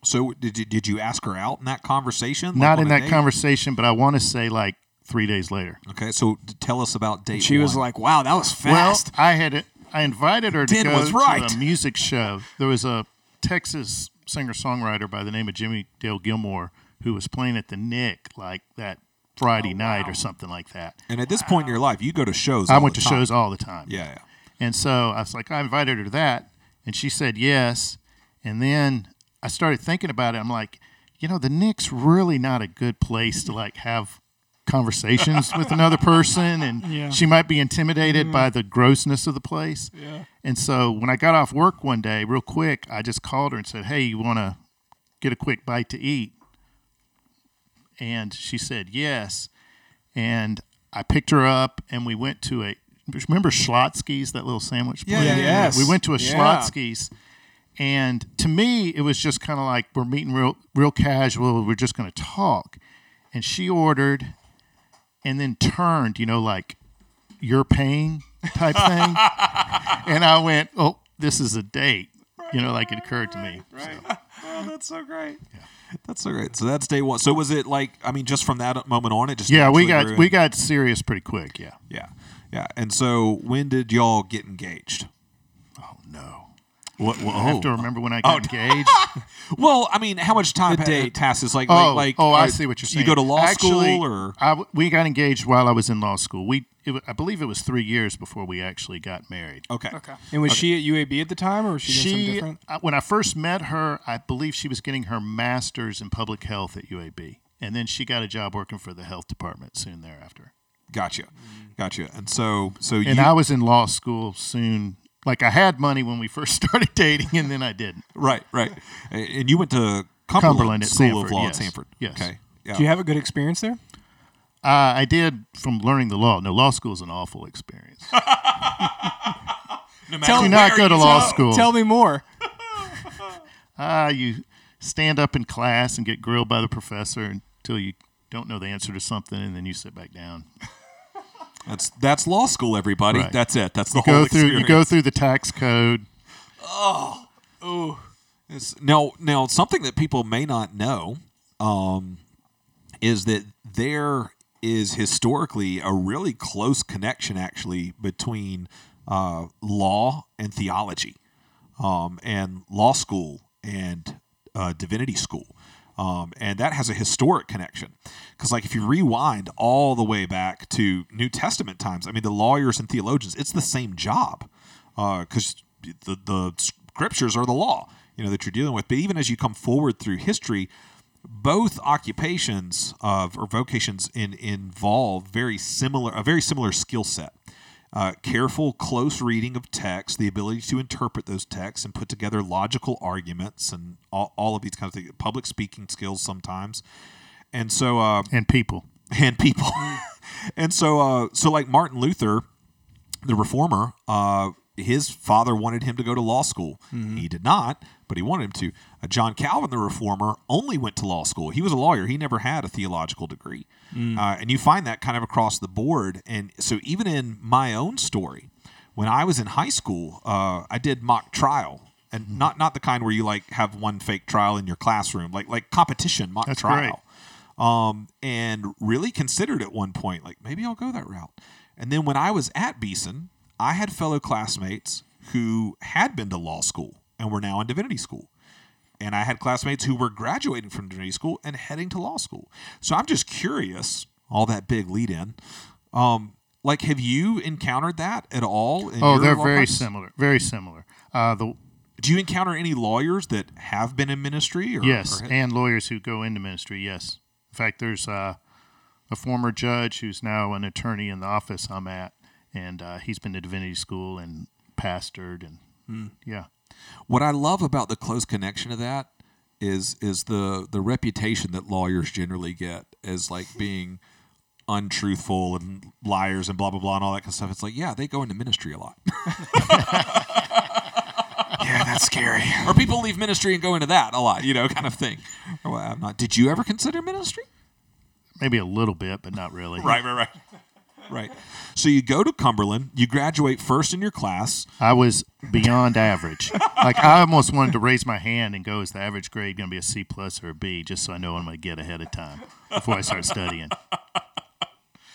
[SPEAKER 2] So did you, did you ask her out in that conversation? like
[SPEAKER 3] Not
[SPEAKER 2] on
[SPEAKER 3] in
[SPEAKER 2] a
[SPEAKER 3] that
[SPEAKER 2] date?
[SPEAKER 3] conversation, but I want to say like three days later.
[SPEAKER 2] Okay, so d- tell us about date.
[SPEAKER 1] She was
[SPEAKER 2] one.
[SPEAKER 1] like, "Wow, that was fast."
[SPEAKER 3] Well, I had I invited her to
[SPEAKER 2] Din
[SPEAKER 3] go
[SPEAKER 2] was right.
[SPEAKER 3] to a music show. There was a Texas singer songwriter by the name of Jimmy Dale Gilmore who was playing at the Nick like that
[SPEAKER 2] Oh,
[SPEAKER 3] Friday night or something like that.
[SPEAKER 2] and at this point in your life, you go to shows.
[SPEAKER 3] I
[SPEAKER 2] all
[SPEAKER 3] went
[SPEAKER 2] the
[SPEAKER 3] to
[SPEAKER 2] time.
[SPEAKER 3] shows all the time.
[SPEAKER 2] Yeah, yeah.
[SPEAKER 3] And so I was like, I invited her to that. And she said yes. And then I started thinking about it. I'm like, you know, the Nick's really not a good place to like have conversations with another person. And
[SPEAKER 4] Yeah.
[SPEAKER 3] she might be intimidated by the grossness of the place. Yeah. And so when I got off work one day, real quick, I just called her and said, Hey, you want to get a quick bite to eat? And she said yes. And I picked her up and we went to a remember Schlotsky's, that little sandwich place?
[SPEAKER 2] yeah,
[SPEAKER 1] yes.
[SPEAKER 3] We went to a
[SPEAKER 1] Yeah.
[SPEAKER 3] Schlotsky's and to me it was just kind of like we're meeting real real casual, we're just gonna talk. And she ordered and then turned, you know, like you're paying type thing. and I went, Oh, this is a date. you know, like it occurred to me.
[SPEAKER 2] Oh, that's so great. That's so great. So that's day one. So was it like? I mean, just from that moment on, it just
[SPEAKER 3] Yeah, we
[SPEAKER 2] naturally
[SPEAKER 3] got
[SPEAKER 2] grew
[SPEAKER 3] we
[SPEAKER 2] and-
[SPEAKER 3] got serious pretty quick, yeah.
[SPEAKER 2] yeah, yeah. And so when did y'all get engaged?
[SPEAKER 3] Oh, No.
[SPEAKER 2] What?
[SPEAKER 3] I have
[SPEAKER 2] Oh.
[SPEAKER 3] to remember when I got engaged.
[SPEAKER 2] Well, I mean, how much time
[SPEAKER 1] The
[SPEAKER 2] had
[SPEAKER 1] date.
[SPEAKER 2] passes? Like, like,
[SPEAKER 3] oh,
[SPEAKER 2] like,
[SPEAKER 3] oh, I
[SPEAKER 2] like,
[SPEAKER 3] see what you're saying.
[SPEAKER 2] You go to law
[SPEAKER 3] Actually,
[SPEAKER 2] school, or
[SPEAKER 3] I w we got engaged while I was in law school. We, it, wa- I believe, it was three years before we actually got married.
[SPEAKER 2] okay,
[SPEAKER 1] and was she at UAB at the time, or was she, doing something
[SPEAKER 3] uh, She,
[SPEAKER 1] different?
[SPEAKER 3] I, when I first met her, I believe she was getting her master's in public health at UAB, and then she got a job working for the health department soon thereafter.
[SPEAKER 2] gotcha, gotcha. And so, so
[SPEAKER 3] And
[SPEAKER 2] you
[SPEAKER 3] I was in law school soon. Like I had money when we first started dating, and then I didn't.
[SPEAKER 2] right, right. And you went to Cumberland,
[SPEAKER 3] Cumberland at
[SPEAKER 2] School of
[SPEAKER 3] Sanford,
[SPEAKER 2] Law
[SPEAKER 3] yes.
[SPEAKER 2] at Sanford.
[SPEAKER 3] Yes.
[SPEAKER 2] Okay. Yeah.
[SPEAKER 1] Do you have a good experience there?
[SPEAKER 3] Uh, I did from learning the law. No, law school is an awful experience.
[SPEAKER 2] no
[SPEAKER 1] Tell
[SPEAKER 3] Do
[SPEAKER 1] me
[SPEAKER 3] not
[SPEAKER 1] where
[SPEAKER 3] go to
[SPEAKER 1] you-
[SPEAKER 3] law
[SPEAKER 1] tell-
[SPEAKER 3] school.
[SPEAKER 1] Tell me more.
[SPEAKER 3] Ah, you stand up in class and get grilled by the professor until you don't know the answer to something, and then you sit back down.
[SPEAKER 2] That's that's law school, everybody.
[SPEAKER 3] Right.
[SPEAKER 2] That's it. That's the whole
[SPEAKER 3] Go through.
[SPEAKER 2] experience.
[SPEAKER 3] You go through the tax code.
[SPEAKER 2] It's- Now, now something that people may not know um, is that there is historically a really close connection, actually, between uh, law and theology, um, and law school and uh, divinity school. Um, and that has a historic connection because like if you rewind all the way back to new testament times i mean the lawyers and theologians it's the same job because the, the scriptures are the law you know that you're dealing with but even as you come forward through history both occupations of or vocations in, involve very similar a very similar skill set uh, careful, close reading of text, the ability to interpret those texts and put together logical arguments, and all, all of these kinds of things. Public speaking skills sometimes, and so uh,
[SPEAKER 3] And people,
[SPEAKER 2] and people, and so uh, so like Martin Luther, the reformer, uh, his father wanted him to go to law school.
[SPEAKER 3] Mm-hmm.
[SPEAKER 2] He did not, but he wanted him to. Uh, John Calvin, the reformer, only went to law school. He was a lawyer. He never had a theological degree.
[SPEAKER 3] Mm.
[SPEAKER 2] Uh, and you find that kind of across the board. And so even in my own story, when I was in high school, uh, I did mock trial. And
[SPEAKER 3] Mm-hmm.
[SPEAKER 2] not not the kind where you like have one fake trial in your classroom, like like competition mock
[SPEAKER 3] That's
[SPEAKER 2] trial
[SPEAKER 3] great.
[SPEAKER 2] um, and really considered at one point, like maybe I'll go that route. And then when I was at Beeson, I had fellow classmates who had been to law school and were now in divinity school. And I had classmates who were graduating from divinity school and heading to law school. So I'm just curious, all that big lead in. Um, like, have you encountered that at all? in your
[SPEAKER 3] oh,
[SPEAKER 2] Oh,
[SPEAKER 3] they're
[SPEAKER 2] law
[SPEAKER 3] very
[SPEAKER 2] practice?
[SPEAKER 3] similar. Very similar. Uh, the
[SPEAKER 2] Do you encounter any lawyers that have been in ministry? Or,
[SPEAKER 3] yes,
[SPEAKER 2] or-
[SPEAKER 3] and lawyers who go into ministry. Yes, in fact, there's uh, a former judge who's now an attorney in the
[SPEAKER 2] Hmm.
[SPEAKER 3] office I'm at, and uh, he's been to divinity school and pastored, and yeah,
[SPEAKER 2] What I love about the close connection of that is is the the reputation that lawyers generally get as like being untruthful and liars and blah blah blah and all that kind of stuff. It's like, yeah, they go into ministry a lot.
[SPEAKER 1] Yeah, that's scary.
[SPEAKER 2] or people leave ministry and go into that a lot, you know, kind of thing. Or, well, I'm not. Did you ever consider ministry?
[SPEAKER 3] Maybe a little bit, but not really.
[SPEAKER 2] right, right. Right. So you go to Cumberland, you graduate first in your class.
[SPEAKER 3] I was beyond average. like I almost wanted to raise my hand and go, "Is the average grade going to be a C plus or a B?" Just so I know what I'm going to get ahead of time before I start studying.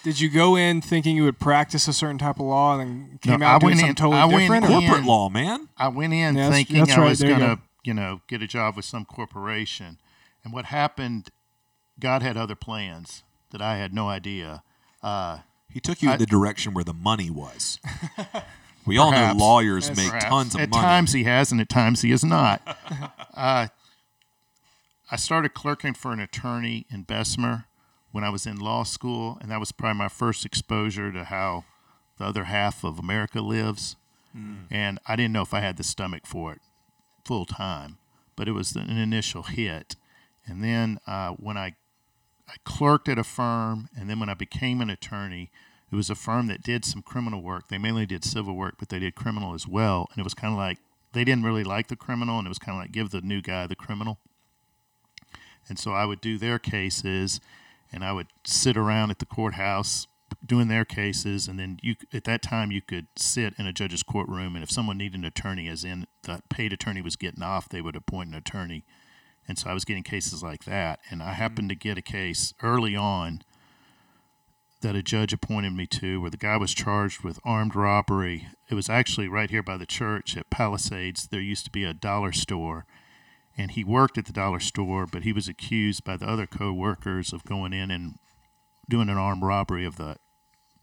[SPEAKER 1] Did you go in thinking you would practice a certain type of law and then came
[SPEAKER 3] No, I
[SPEAKER 1] out doing
[SPEAKER 3] went
[SPEAKER 1] something
[SPEAKER 3] in-
[SPEAKER 1] totally
[SPEAKER 3] I went
[SPEAKER 1] different?
[SPEAKER 3] in-
[SPEAKER 1] or-
[SPEAKER 2] Corporate
[SPEAKER 3] And-
[SPEAKER 2] law, man.
[SPEAKER 3] I went in
[SPEAKER 1] Yes,
[SPEAKER 3] thinking
[SPEAKER 1] that's
[SPEAKER 3] I
[SPEAKER 1] right,
[SPEAKER 3] was
[SPEAKER 1] there you
[SPEAKER 3] gonna,
[SPEAKER 1] go.
[SPEAKER 3] you know, get a job with some corporation. And what happened? God had other plans that I had no idea. Uh,
[SPEAKER 2] He took you in the direction where the money was. We all know
[SPEAKER 3] Perhaps.
[SPEAKER 2] lawyers make
[SPEAKER 3] Perhaps.
[SPEAKER 2] tons of
[SPEAKER 3] at
[SPEAKER 2] money.
[SPEAKER 3] times he has, and at times he is not. uh, I started clerking for an attorney in Bessemer when I was in law school, and that was probably my first exposure to how the other half of America lives.
[SPEAKER 2] Hmm.
[SPEAKER 3] And I didn't know if I had the stomach for it full time, but it was an initial hit. And then uh, when I I clerked at a firm, and then when I became an attorney, it was a firm that did some criminal work. They mainly did civil work, but they did criminal as well. And it was kind of like they didn't really like the criminal, and it was kind of like give the new guy the criminal. And so I would do their cases, and I would sit around at the courthouse doing their cases. And then you, at that time, you could sit in a judge's courtroom, and if someone needed an attorney, as in the paid attorney was getting off, they would appoint an attorney. And so I was getting cases like that. And I happened to get a case early on that a judge appointed me to where the guy was charged with armed robbery. It was actually right here by the church at Palisades. There used to be a dollar store. And he worked at the dollar store, but he was accused by the other co workers of going in and doing an armed robbery of the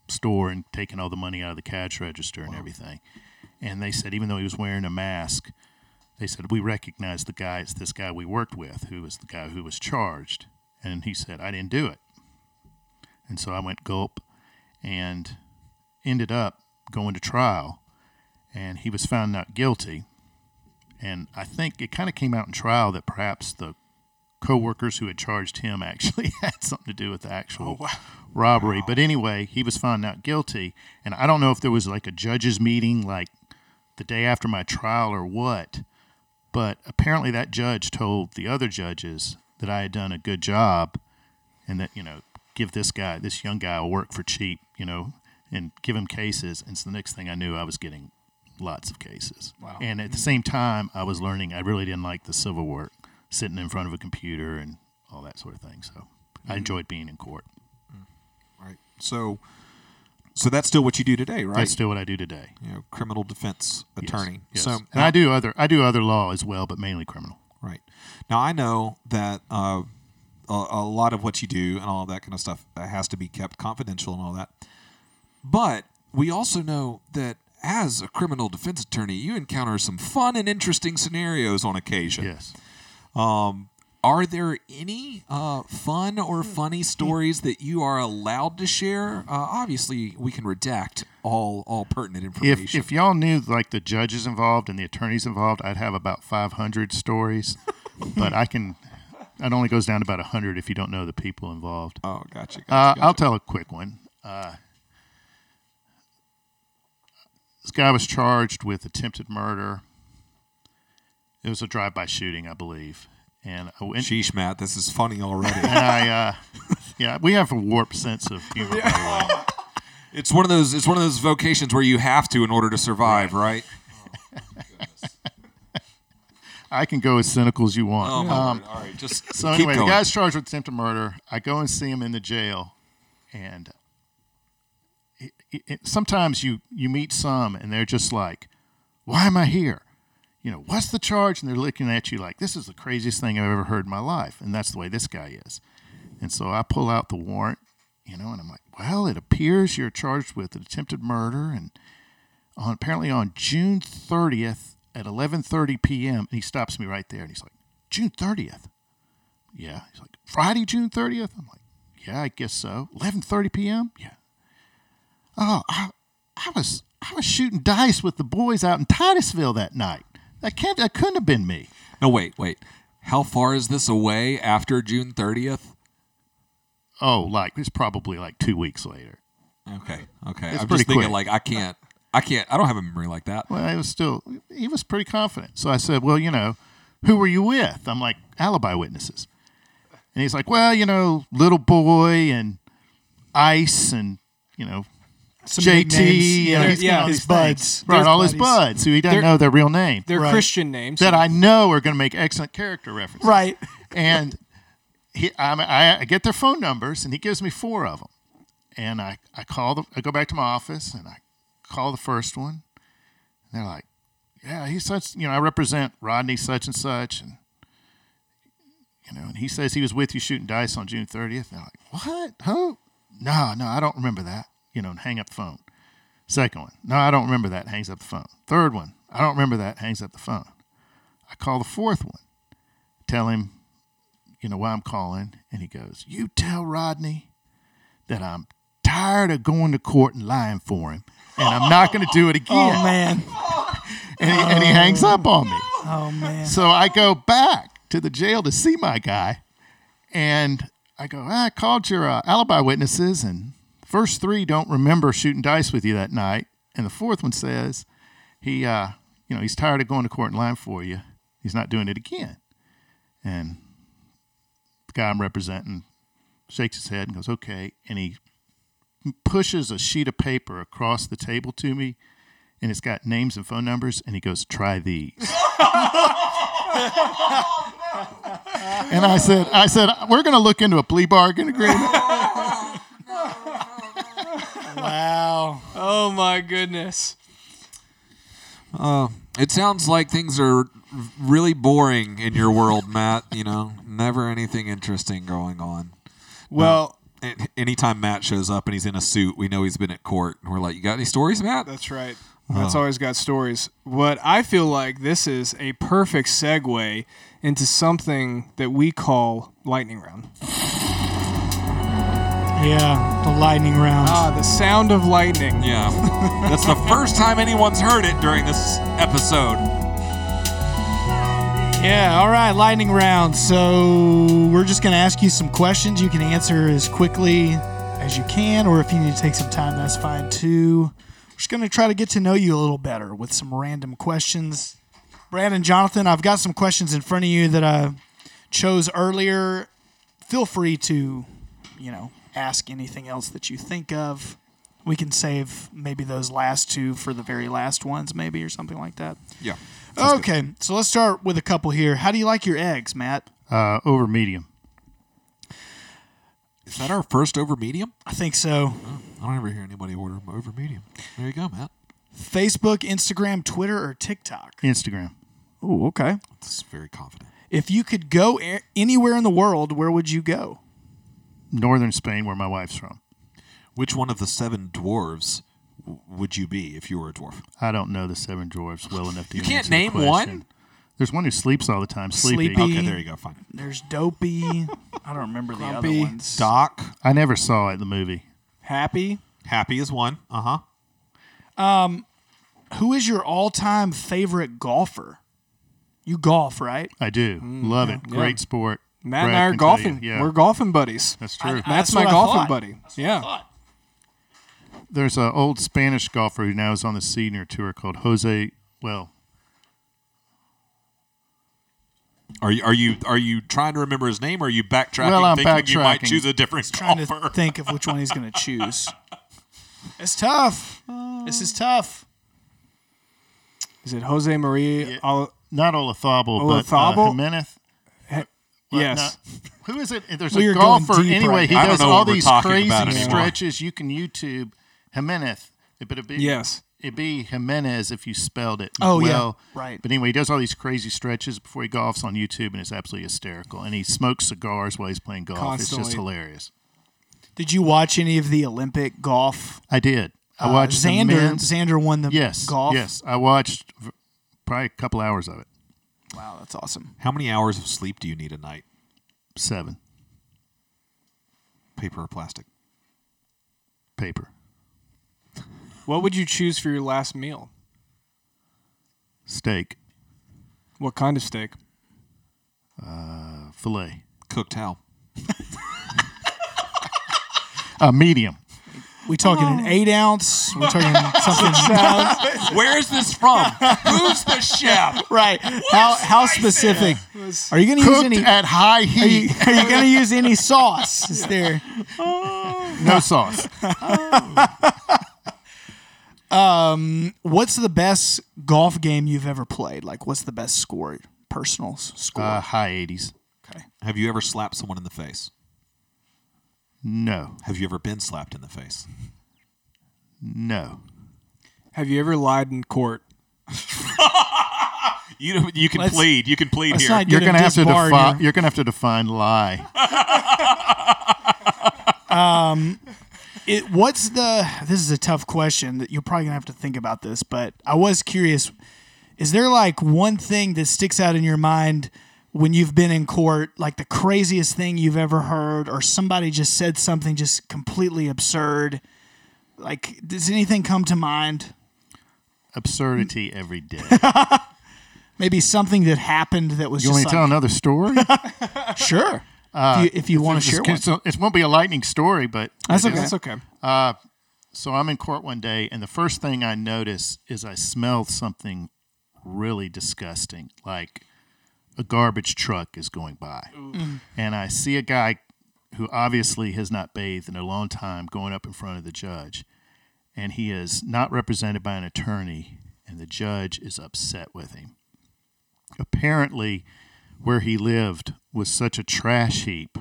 [SPEAKER 3] store and taking all the money out of the cash register and everything. And they said, even though he was wearing a mask, they said, We recognize the guy. It's this guy we worked with who was the guy who was charged. And he said, I didn't do it. And so I went gulp and ended up going to trial. And he was found not guilty. And I think it kind of came out in trial that perhaps the coworkers who had charged him actually had something to do with the actual robbery. But anyway, he was found not guilty. And I don't know if there was like a judges meeting like the day after my trial or what, but apparently that judge told the other judges that I had done a good job and that, you know, give this guy, this young guy, a work for cheap, you know, and give him cases. And so the next thing I knew, I was getting lots of cases. Wow. And at the same time, I was learning I really didn't like the civil work, sitting in front of a computer and all that sort of thing. So
[SPEAKER 2] Mm-hmm.
[SPEAKER 3] I enjoyed being in court.
[SPEAKER 2] Right. So so that's still what you do today, right?
[SPEAKER 3] That's still what I do today.
[SPEAKER 2] you know, criminal defense
[SPEAKER 3] Yes,
[SPEAKER 2] attorney.
[SPEAKER 3] yes.
[SPEAKER 2] So
[SPEAKER 3] and I do other I do other law as well, but mainly criminal.
[SPEAKER 2] Right. Now I know that uh, a, a lot of what you do and all that kind of stuff uh, has to be kept confidential and all that. But we also know that as a criminal defense attorney, you encounter some fun and interesting scenarios on occasion.
[SPEAKER 3] Yes.
[SPEAKER 2] Are there any uh, fun or
[SPEAKER 3] Hmm.
[SPEAKER 2] funny stories that you are allowed to share? Uh, obviously, we can redact all all pertinent information.
[SPEAKER 3] If, if y'all knew like the judges involved and the attorneys involved, I'd have about 500 stories, but I can. It only goes down to about 100 if you don't know the people involved.
[SPEAKER 2] oh, gotcha. gotcha,
[SPEAKER 3] Uh,
[SPEAKER 2] gotcha.
[SPEAKER 3] I'll tell a quick one. Uh, this guy was charged with attempted murder. It was a drive-by shooting, I believe, and I went.
[SPEAKER 2] Sheesh, Matt, this is funny already.
[SPEAKER 3] and I, uh, yeah, we have a warped sense of humor. By the way.
[SPEAKER 2] It's one of those. It's one of those vocations where you have to in order to survive, right?
[SPEAKER 3] I can go as cynical as you want.
[SPEAKER 2] Oh my
[SPEAKER 3] Um,
[SPEAKER 2] word. All right, just
[SPEAKER 3] So
[SPEAKER 2] keep
[SPEAKER 3] anyway,
[SPEAKER 2] going.
[SPEAKER 3] the guy's charged with attempted murder. I go and see him in the jail, and it, it, it- sometimes you you meet some, and they're just like, "Why am I here?" You know, what's the charge? And they're looking at you like, "This is the craziest thing I've ever heard in my life," and that's the way this guy is. And so I pull out the warrant, you know, and I'm like, "Well, it appears you're charged with attempted murder," and on apparently on June 30th at 11:30 p.m. and he stops me right there and he's like, "June 30th?" Yeah. He's like, "Friday, June 30th?" I'm like, "Yeah, I guess so." 11:30 p.m.? Yeah. Oh, I, I was I was shooting dice with the boys out in Titusville that night. That can't. That couldn't have been me.
[SPEAKER 2] No, wait, wait. How far is this away after June 30th?
[SPEAKER 3] Oh, like it's probably like two weeks later.
[SPEAKER 2] Okay, okay.
[SPEAKER 3] It's
[SPEAKER 2] I'm
[SPEAKER 3] pretty
[SPEAKER 2] just thinking
[SPEAKER 3] quick.
[SPEAKER 2] like I can't, I can't, I don't have a memory like that.
[SPEAKER 3] Well, I was still. He was pretty confident. So I said, "Well, you know, who were you with?" I'm like, "Alibi witnesses." And he's like, "Well, you know, little boy and Ice and you know,
[SPEAKER 4] Some
[SPEAKER 3] JT,
[SPEAKER 4] nicknames.
[SPEAKER 3] you know,
[SPEAKER 4] Yeah,
[SPEAKER 3] he's got
[SPEAKER 1] yeah,
[SPEAKER 3] all
[SPEAKER 4] his
[SPEAKER 3] these things.
[SPEAKER 4] buds.
[SPEAKER 3] right?
[SPEAKER 4] There's
[SPEAKER 3] all his
[SPEAKER 4] buddies.
[SPEAKER 3] buds who he doesn't
[SPEAKER 1] They're-
[SPEAKER 3] know their real name
[SPEAKER 1] They're
[SPEAKER 4] Right.
[SPEAKER 1] Christian names.
[SPEAKER 3] that I know are going to make excellent character references."
[SPEAKER 4] Right.
[SPEAKER 3] and he, I'm, I, I get their phone numbers, and he gives me four of them. And I, I call the, I go back to my office, and I call the first one. And they're like, "Yeah, he's such, you know, I represent Rodney such and such, and you know, and he says he was with you shooting dice on June 30th." And I'm like, "What? Who? No, no, I don't remember that." You know, and hang up the phone. Second one, no, I don't remember that. Hangs up the phone. Third one, I don't remember that. Hangs up the phone. I call the fourth one, tell him you know why I'm calling. And he goes, You tell Rodney that I'm tired of going to court and lying for him, and I'm not going to do it again.
[SPEAKER 4] Oh man.
[SPEAKER 3] and, he, and he hangs up on me.
[SPEAKER 4] Oh man.
[SPEAKER 3] So I go back to the jail to see my guy, and I go, I called your uh, alibi witnesses, and the first three don't remember shooting dice with you that night, and the fourth one says he, uh, you know, he's tired of going to court and lying for you. He's not doing it again. And the guy I'm representing shakes his head and goes, okay, and he pushes a sheet of paper across the table to me. And it's got names and phone numbers, and he goes, "Try these." And I said, I said, we're going to look into a plea bargain agreement.
[SPEAKER 4] Wow.
[SPEAKER 1] oh my goodness.
[SPEAKER 2] It sounds like things are really boring in your world, Matt. You know, never anything interesting going on.
[SPEAKER 1] Well,
[SPEAKER 2] And anytime Matt shows up and he's in a suit, we know he's been at court. And we're like, you got any stories, Matt?
[SPEAKER 1] That's right. That's always got stories. But I feel like this is a perfect segue into something that we call lightning round.
[SPEAKER 4] Yeah. The lightning round.
[SPEAKER 1] Ah, the sound of lightning.
[SPEAKER 2] Yeah. That's the first time anyone's heard it during this episode.
[SPEAKER 4] Yeah, all right, lightning round. So we're just going to ask you some questions. You can answer as quickly as you can, or if you need to take some time, that's fine too. We're just going to try to get to know you a little better with some random questions. Brad and Jonathan, I've got some questions in front of you that I chose earlier. Feel free to, you know, ask anything else that you think of. We can save maybe those last two for the very last ones, maybe, or something like that.
[SPEAKER 2] Yeah.
[SPEAKER 4] Okay, so let's start with a couple here. How do you like your eggs, Matt?
[SPEAKER 3] Uh, over medium.
[SPEAKER 2] Is that our first over medium?
[SPEAKER 4] I think so.
[SPEAKER 2] I don't ever hear anybody order 'em over medium. There you go, Matt.
[SPEAKER 4] Facebook, Instagram, Twitter, or TikTok?
[SPEAKER 3] Instagram.
[SPEAKER 4] Oh, okay.
[SPEAKER 2] That's very confident.
[SPEAKER 4] If you could go a- anywhere in the world, where would you go?
[SPEAKER 3] Northern Spain, where my wife's from.
[SPEAKER 2] Which one of the seven dwarves w- would you be if you were a dwarf?
[SPEAKER 3] I don't know the seven dwarfs well enough to
[SPEAKER 2] You can't
[SPEAKER 3] answer the
[SPEAKER 2] name
[SPEAKER 3] question.
[SPEAKER 2] one?
[SPEAKER 3] There's one who sleeps all the time. Sleepy.
[SPEAKER 4] Sleepy.
[SPEAKER 2] Okay, there you go. Fine.
[SPEAKER 4] There's Dopey. I don't remember the other
[SPEAKER 1] Grumpy.
[SPEAKER 4] ones.
[SPEAKER 2] Doc,
[SPEAKER 3] I never saw it in the movie.
[SPEAKER 1] Happy.
[SPEAKER 2] happy is one. Uh huh.
[SPEAKER 4] Who is your all-time favorite golfer? You golf, right?
[SPEAKER 3] I do. Love it. Great sport.
[SPEAKER 1] Matt and
[SPEAKER 3] Brad
[SPEAKER 1] I are
[SPEAKER 3] can tell you.
[SPEAKER 1] golfing.
[SPEAKER 3] Yeah,
[SPEAKER 1] We're golfing buddies.
[SPEAKER 3] that's true.
[SPEAKER 1] Matt's
[SPEAKER 4] That's
[SPEAKER 1] my
[SPEAKER 4] what I
[SPEAKER 1] golfing
[SPEAKER 4] thought.
[SPEAKER 1] buddy. Yeah.
[SPEAKER 3] There's an old Spanish golfer who now is on the senior tour called Jose. Well,
[SPEAKER 2] Are you are you are you trying to remember his name? Or are you backtracking?
[SPEAKER 3] Well, I'm
[SPEAKER 2] thinking You might
[SPEAKER 3] backtracking.
[SPEAKER 2] choose a different
[SPEAKER 4] Trying to
[SPEAKER 2] golfer.
[SPEAKER 4] think of which one he's going to choose. It's tough. This is tough.
[SPEAKER 1] Is it Jose Maria?
[SPEAKER 3] Yeah.
[SPEAKER 1] Al-
[SPEAKER 3] not Olafable, but uh,
[SPEAKER 1] Olazabal?
[SPEAKER 3] Jimenez. Well,
[SPEAKER 1] yes.
[SPEAKER 3] no. who is it? There's
[SPEAKER 4] We
[SPEAKER 3] a
[SPEAKER 4] are going
[SPEAKER 3] golfer
[SPEAKER 4] deep
[SPEAKER 3] anyway.
[SPEAKER 4] right
[SPEAKER 3] he
[SPEAKER 2] now. I don't
[SPEAKER 3] does
[SPEAKER 2] know
[SPEAKER 3] all
[SPEAKER 2] what we're
[SPEAKER 3] these
[SPEAKER 2] talking
[SPEAKER 3] crazy
[SPEAKER 2] about anymore.
[SPEAKER 3] stretches. You can YouTube Jimenez, but it'd be
[SPEAKER 1] Yes.
[SPEAKER 3] it'd be Jimenez if you spelled it.
[SPEAKER 4] Oh, yeah.
[SPEAKER 3] well.
[SPEAKER 4] Right.
[SPEAKER 3] But anyway, he does all these crazy stretches before he golfs on YouTube, and it's absolutely hysterical. And he smokes cigars while he's playing golf. It's
[SPEAKER 1] Constantly.
[SPEAKER 3] just hilarious.
[SPEAKER 4] Did you watch any of the Olympic golf
[SPEAKER 3] I did. I
[SPEAKER 4] Uh,
[SPEAKER 3] watched the
[SPEAKER 4] Xander.
[SPEAKER 3] men's-
[SPEAKER 4] Xander won the
[SPEAKER 3] Yes,
[SPEAKER 4] golf.
[SPEAKER 3] yes. I watched v- probably a couple hours of it.
[SPEAKER 4] Wow, that's awesome.
[SPEAKER 2] How many hours of sleep do you need a night?
[SPEAKER 3] Seven
[SPEAKER 2] Paper or plastic?
[SPEAKER 3] paper
[SPEAKER 1] What would you choose for your last meal?
[SPEAKER 3] steak.
[SPEAKER 1] What kind of steak?
[SPEAKER 3] Filet.
[SPEAKER 2] Cooked how?
[SPEAKER 3] Uh, medium.
[SPEAKER 4] We talking an eight ounce? We talking something?
[SPEAKER 2] Where is this from? Who's the chef?
[SPEAKER 4] right? How how specific? Are you gonna use
[SPEAKER 3] Cooked
[SPEAKER 4] any?
[SPEAKER 3] at high
[SPEAKER 4] Are you,
[SPEAKER 3] heat.
[SPEAKER 4] are you gonna use any sauce? Is there?
[SPEAKER 3] No sauce.
[SPEAKER 4] What's the best golf game you've ever played? Like, what's the best score? Personal s- score.
[SPEAKER 3] Uh, high 80s.
[SPEAKER 4] okay.
[SPEAKER 2] Have you ever slapped someone in the face?
[SPEAKER 3] No.
[SPEAKER 2] Have you ever been slapped in the face?
[SPEAKER 3] No.
[SPEAKER 1] Have you ever lied in court?
[SPEAKER 2] You don't- you can
[SPEAKER 4] Let's-
[SPEAKER 2] plead. You can plead
[SPEAKER 4] let's
[SPEAKER 2] here.
[SPEAKER 4] not-
[SPEAKER 3] You're
[SPEAKER 4] Get him
[SPEAKER 3] gonna have to
[SPEAKER 4] disbarred
[SPEAKER 3] define.
[SPEAKER 4] here.
[SPEAKER 3] You're gonna have to define lie.
[SPEAKER 4] It, what's the? This is a tough question. That you're probably gonna have to think about this. But I was curious. Is there like one thing that sticks out in your mind when you've been in court? Like the craziest thing you've ever heard, or somebody just said something just completely absurd. Like, does anything come to mind?
[SPEAKER 3] Absurdity every day.
[SPEAKER 4] Maybe something that happened that was
[SPEAKER 3] You want me
[SPEAKER 4] just
[SPEAKER 3] to tell
[SPEAKER 4] like,
[SPEAKER 3] another story?
[SPEAKER 4] sure. if you, if you want to
[SPEAKER 3] It's-
[SPEAKER 4] share one,
[SPEAKER 3] it's- It won't be a lightning story, but
[SPEAKER 4] that's okay.
[SPEAKER 1] That's okay.
[SPEAKER 3] so I'm in court one day, and the first thing I notice is I smell something really disgusting, like a garbage truck is going by, and I see a guy who obviously has not bathed in a long time going up in front of the judge, and he is not represented by an attorney, and the judge is upset with him. Apparently, where he lived was such a trash heap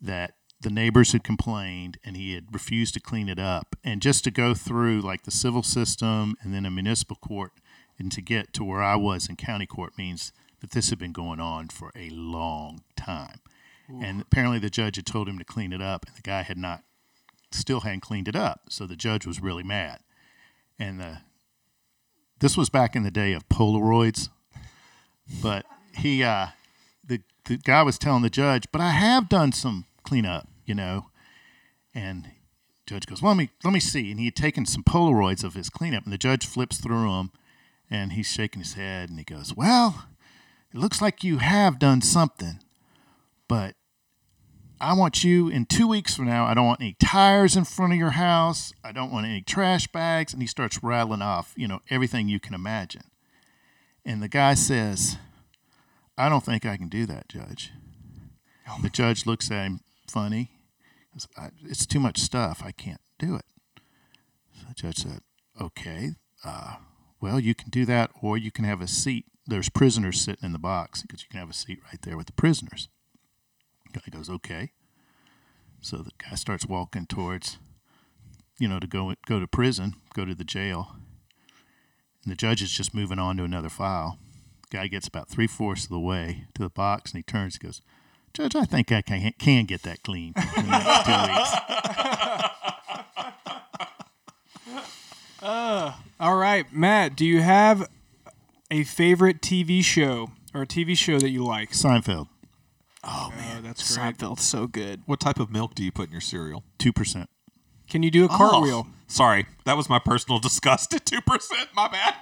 [SPEAKER 3] that the neighbors had complained and he had refused to clean it up. And just to go through like the civil system and then a municipal court and to get to where I was in county court means that this had been going on for a long time. And apparently the judge had told him to clean it up and the guy had not, still hadn't cleaned it up. So the judge was really mad. And the, this was back in the day of Polaroids, but he, uh, the, the guy was telling the judge, but I have done some cleanup, you know. And judge goes, well, let me let me see. And he had taken some Polaroids of his cleanup, and the judge flips through them, and he's shaking his head, and he goes, well, it looks like you have done something, but I want you in two weeks from now. I don't want any tires in front of your house. I don't want any trash bags. And he starts rattling off, you know, everything you can imagine. And the guy says, I don't think I can do that, Judge. the judge looks at him funny. He says, "I- It's too much stuff. I can't do it. So the judge said, Okay, uh, well, you can do that, or you can have a seat. There's prisoners sitting in the box because you can have a seat right there with the prisoners. Guy goes, Okay. So the guy starts walking towards, you know, to go go to prison, go to the jail. And the judge is just moving on to another file. Guy gets about three fourths of the way to the box and he turns and goes, Judge, I think I can, can get that clean in the next two weeks.
[SPEAKER 1] All right, Matt, do you have a favorite TV show or a TV show that you like?
[SPEAKER 3] Seinfeld,
[SPEAKER 1] Oh, that's great.
[SPEAKER 4] Seinfeld's so good.
[SPEAKER 2] what type of milk do you put in your cereal?
[SPEAKER 3] 2%.
[SPEAKER 1] Can you do a cartwheel?
[SPEAKER 2] Oh, sorry, that was my personal disgust at two percent. My bad.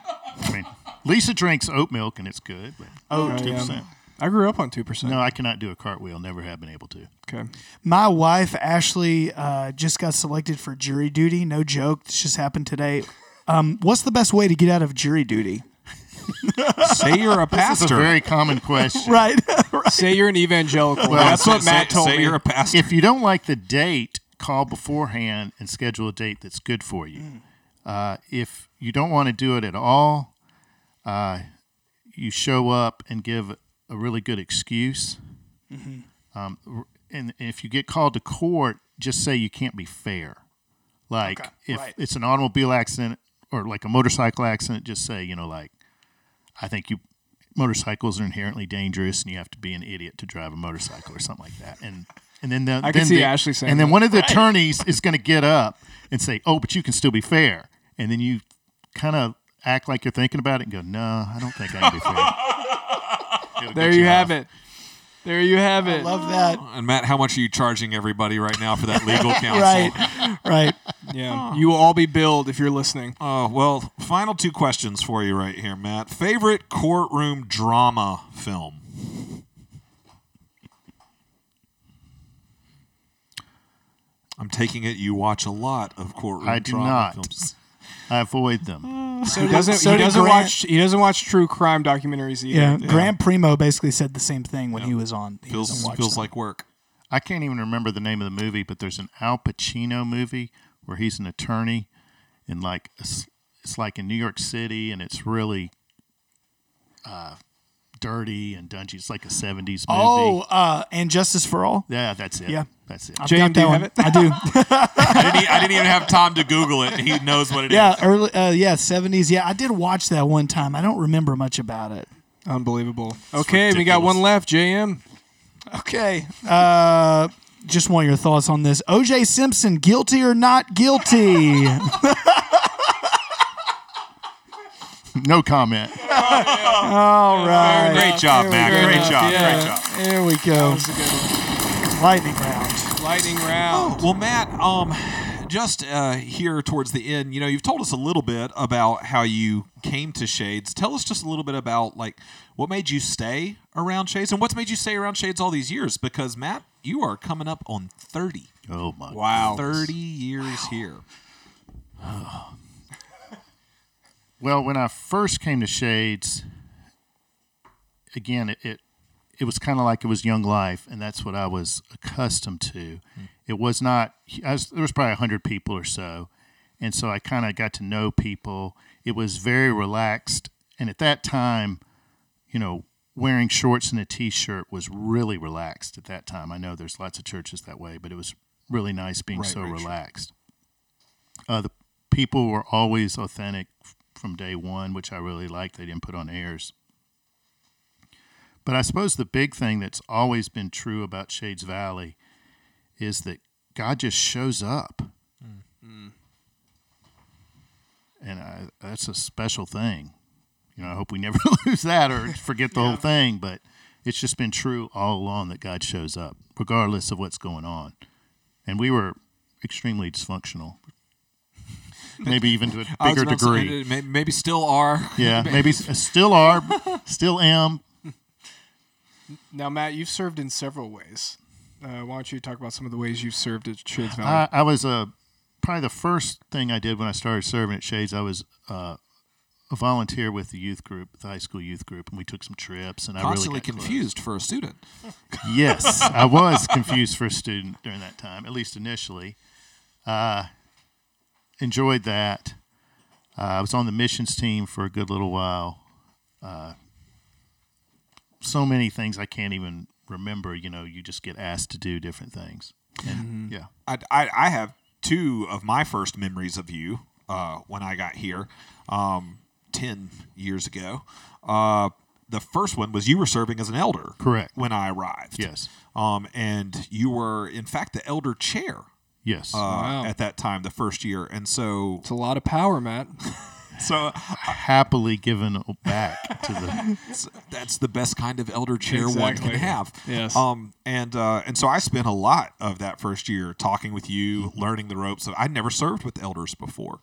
[SPEAKER 3] I mean, Lisa drinks oat milk and it's good, but
[SPEAKER 1] I, um,
[SPEAKER 3] 2%.
[SPEAKER 1] I grew up on 2%.
[SPEAKER 3] Oh, No, I cannot do a cartwheel. Never have been able to.
[SPEAKER 1] Okay.
[SPEAKER 4] My wife Ashley uh, just got selected for jury duty. No joke. This just happened today. Um, what's the best way to get out of jury duty?
[SPEAKER 2] Say you're a
[SPEAKER 3] That's a
[SPEAKER 2] pastor.
[SPEAKER 3] very common question.
[SPEAKER 4] Right.
[SPEAKER 1] Say you're an evangelical.
[SPEAKER 3] Well,
[SPEAKER 1] that's what
[SPEAKER 2] Say-
[SPEAKER 1] Matt told
[SPEAKER 2] say
[SPEAKER 1] me.
[SPEAKER 2] you're a pastor.
[SPEAKER 3] If you don't like the date, call beforehand and schedule a date that's good for you. Uh, if you don't want to do it at all, uh, you show up and give a really good excuse. Um, r- and if you get called to court, just say you can't be fair. Like if it's an automobile accident or like a motorcycle accident, just say you know like I think you motorcycles are inherently dangerous, and you have to be an idiot to drive a motorcycle or something like that. And and then the,
[SPEAKER 1] I can
[SPEAKER 3] then
[SPEAKER 1] see
[SPEAKER 3] the-
[SPEAKER 1] Ashley saying
[SPEAKER 3] and then
[SPEAKER 1] that.
[SPEAKER 3] one of the attorneys is going to get up and say, "Oh, but you can still be fair," and then you kind of act like you're thinking about it and go, "No, I don't think I can be fair." It'll
[SPEAKER 1] there
[SPEAKER 3] get
[SPEAKER 1] you have
[SPEAKER 3] off.
[SPEAKER 1] it. There you have it.
[SPEAKER 4] Love that.
[SPEAKER 2] And Matt, how much are you charging everybody right now for that legal counsel?
[SPEAKER 4] Right. Right.
[SPEAKER 1] yeah. You will all be billed if you're listening.
[SPEAKER 2] Oh, well, final two questions for you right here, Matt. Favorite courtroom drama film? I'm taking it you watch a lot of courtroom
[SPEAKER 3] I do
[SPEAKER 2] drama
[SPEAKER 3] not.
[SPEAKER 2] films.
[SPEAKER 3] I avoid them.
[SPEAKER 1] he doesn't,
[SPEAKER 4] so
[SPEAKER 1] he
[SPEAKER 4] did
[SPEAKER 1] doesn't
[SPEAKER 4] Grant.
[SPEAKER 1] watch he doesn't watch true crime documentaries either.
[SPEAKER 4] Yeah. Grand Primo basically said the same thing when he was on. He
[SPEAKER 2] Feels,
[SPEAKER 4] doesn't watch
[SPEAKER 2] feels
[SPEAKER 4] them.
[SPEAKER 2] like work.
[SPEAKER 3] I can't even remember the name of the movie, but there's an Al Pacino movie where he's an attorney in like it's, it's like in New York City, and it's really uh, dirty and dungy. It's like a '70s movie.
[SPEAKER 4] Oh, uh, and Justice for All.
[SPEAKER 3] yeah, that's it.
[SPEAKER 4] yeah.
[SPEAKER 3] that's it.
[SPEAKER 4] I've
[SPEAKER 1] Jane,
[SPEAKER 4] got
[SPEAKER 1] do
[SPEAKER 4] that
[SPEAKER 1] you have
[SPEAKER 4] one.
[SPEAKER 1] it?
[SPEAKER 4] I do.
[SPEAKER 2] I didn't, e- I didn't even have time to Google it, and he knows what it is.
[SPEAKER 4] yeah, early. Uh, yeah, seventies. Yeah, I did watch that one time. I don't remember much about it.
[SPEAKER 1] Unbelievable. Okay, we got one left, JM.
[SPEAKER 4] Okay. Uh, just want your thoughts on this. OJ Simpson, guilty or not guilty?
[SPEAKER 3] No comment.
[SPEAKER 4] All right.
[SPEAKER 2] Great job,
[SPEAKER 1] There we
[SPEAKER 2] Matt.
[SPEAKER 1] go.
[SPEAKER 2] Great job. Great
[SPEAKER 1] Yeah.
[SPEAKER 2] job.
[SPEAKER 4] There we
[SPEAKER 1] That
[SPEAKER 4] go.
[SPEAKER 1] was a good one.
[SPEAKER 4] Lightning round.
[SPEAKER 1] Lightning round.
[SPEAKER 2] Oh, Well, Matt, um, just uh, here towards the end, you know, you've told us a little bit about how you came to Shades. Tell us just a little bit about like what made you stay around Shades and what's made you stay around Shades all these years. Because Matt, you are coming up on thirty.
[SPEAKER 3] Oh my.
[SPEAKER 1] Wow.
[SPEAKER 2] Thirty years here.
[SPEAKER 3] Well, when I first came to Shades, again, it it, it was kind of like it was Young Life, and that's what I was accustomed to. It was not. I was, there was probably hundred people or so, and so I kind of got to know people. It was very relaxed, and at that time, you know, wearing shorts and a t-shirt was really relaxed at that time. I know there's lots of churches that way, but it was really nice being so relaxed. Uh, the people were always authentic f- from day one, which I really liked. They didn't put on airs. But I suppose the big thing that's always been true about Shades Valley is that God just shows up. And I, that's a special thing. You know, I hope we never lose that or forget the whole thing, but it's just been true all along that God shows up, regardless of what's going on. And we were extremely dysfunctional, maybe even to a
[SPEAKER 2] I was
[SPEAKER 3] bigger
[SPEAKER 2] about to say,
[SPEAKER 3] degree.
[SPEAKER 2] uh, may- maybe still are.
[SPEAKER 3] Yeah, maybe s- uh, still are, still am.
[SPEAKER 1] Now, Matt, you've served in several ways. Uh, why don't you talk about some of the ways you've served at Shades Valley?
[SPEAKER 3] I, I was uh, probably the first thing I did when I started serving at Shades. I was uh, a volunteer with the youth group, the high school youth group, and we took some trips. And I really
[SPEAKER 2] Constantly
[SPEAKER 3] got close.
[SPEAKER 2] confused for a student.
[SPEAKER 3] Yes, I was confused for a student during that time, at least initially. Uh, enjoyed that. Uh, I was on the missions team for a good little while. Uh, so many things I can't even remember. You know, you just get asked to do different things.
[SPEAKER 2] Mm-hmm.
[SPEAKER 3] And, Yeah.
[SPEAKER 2] I, I, I have two of my first memories of you uh, when I got here um, 10 years ago. Uh, the first one was you were serving as an elder.
[SPEAKER 3] Correct.
[SPEAKER 2] When I arrived.
[SPEAKER 3] Yes.
[SPEAKER 2] Um, and you were, in fact, the elder chair
[SPEAKER 3] Yes.
[SPEAKER 2] uh, at that time, the first year. And so,
[SPEAKER 1] it's a lot of power, Matt.
[SPEAKER 2] so
[SPEAKER 3] happily given back to the.
[SPEAKER 2] that's, that's the best kind of elder chair one
[SPEAKER 1] Exactly.
[SPEAKER 2] can have.
[SPEAKER 1] Yes.
[SPEAKER 2] Um, and uh, and so I spent a lot of that first year talking with you,
[SPEAKER 1] Mm-hmm.
[SPEAKER 2] learning the ropes. Of, I'd never served with elders before,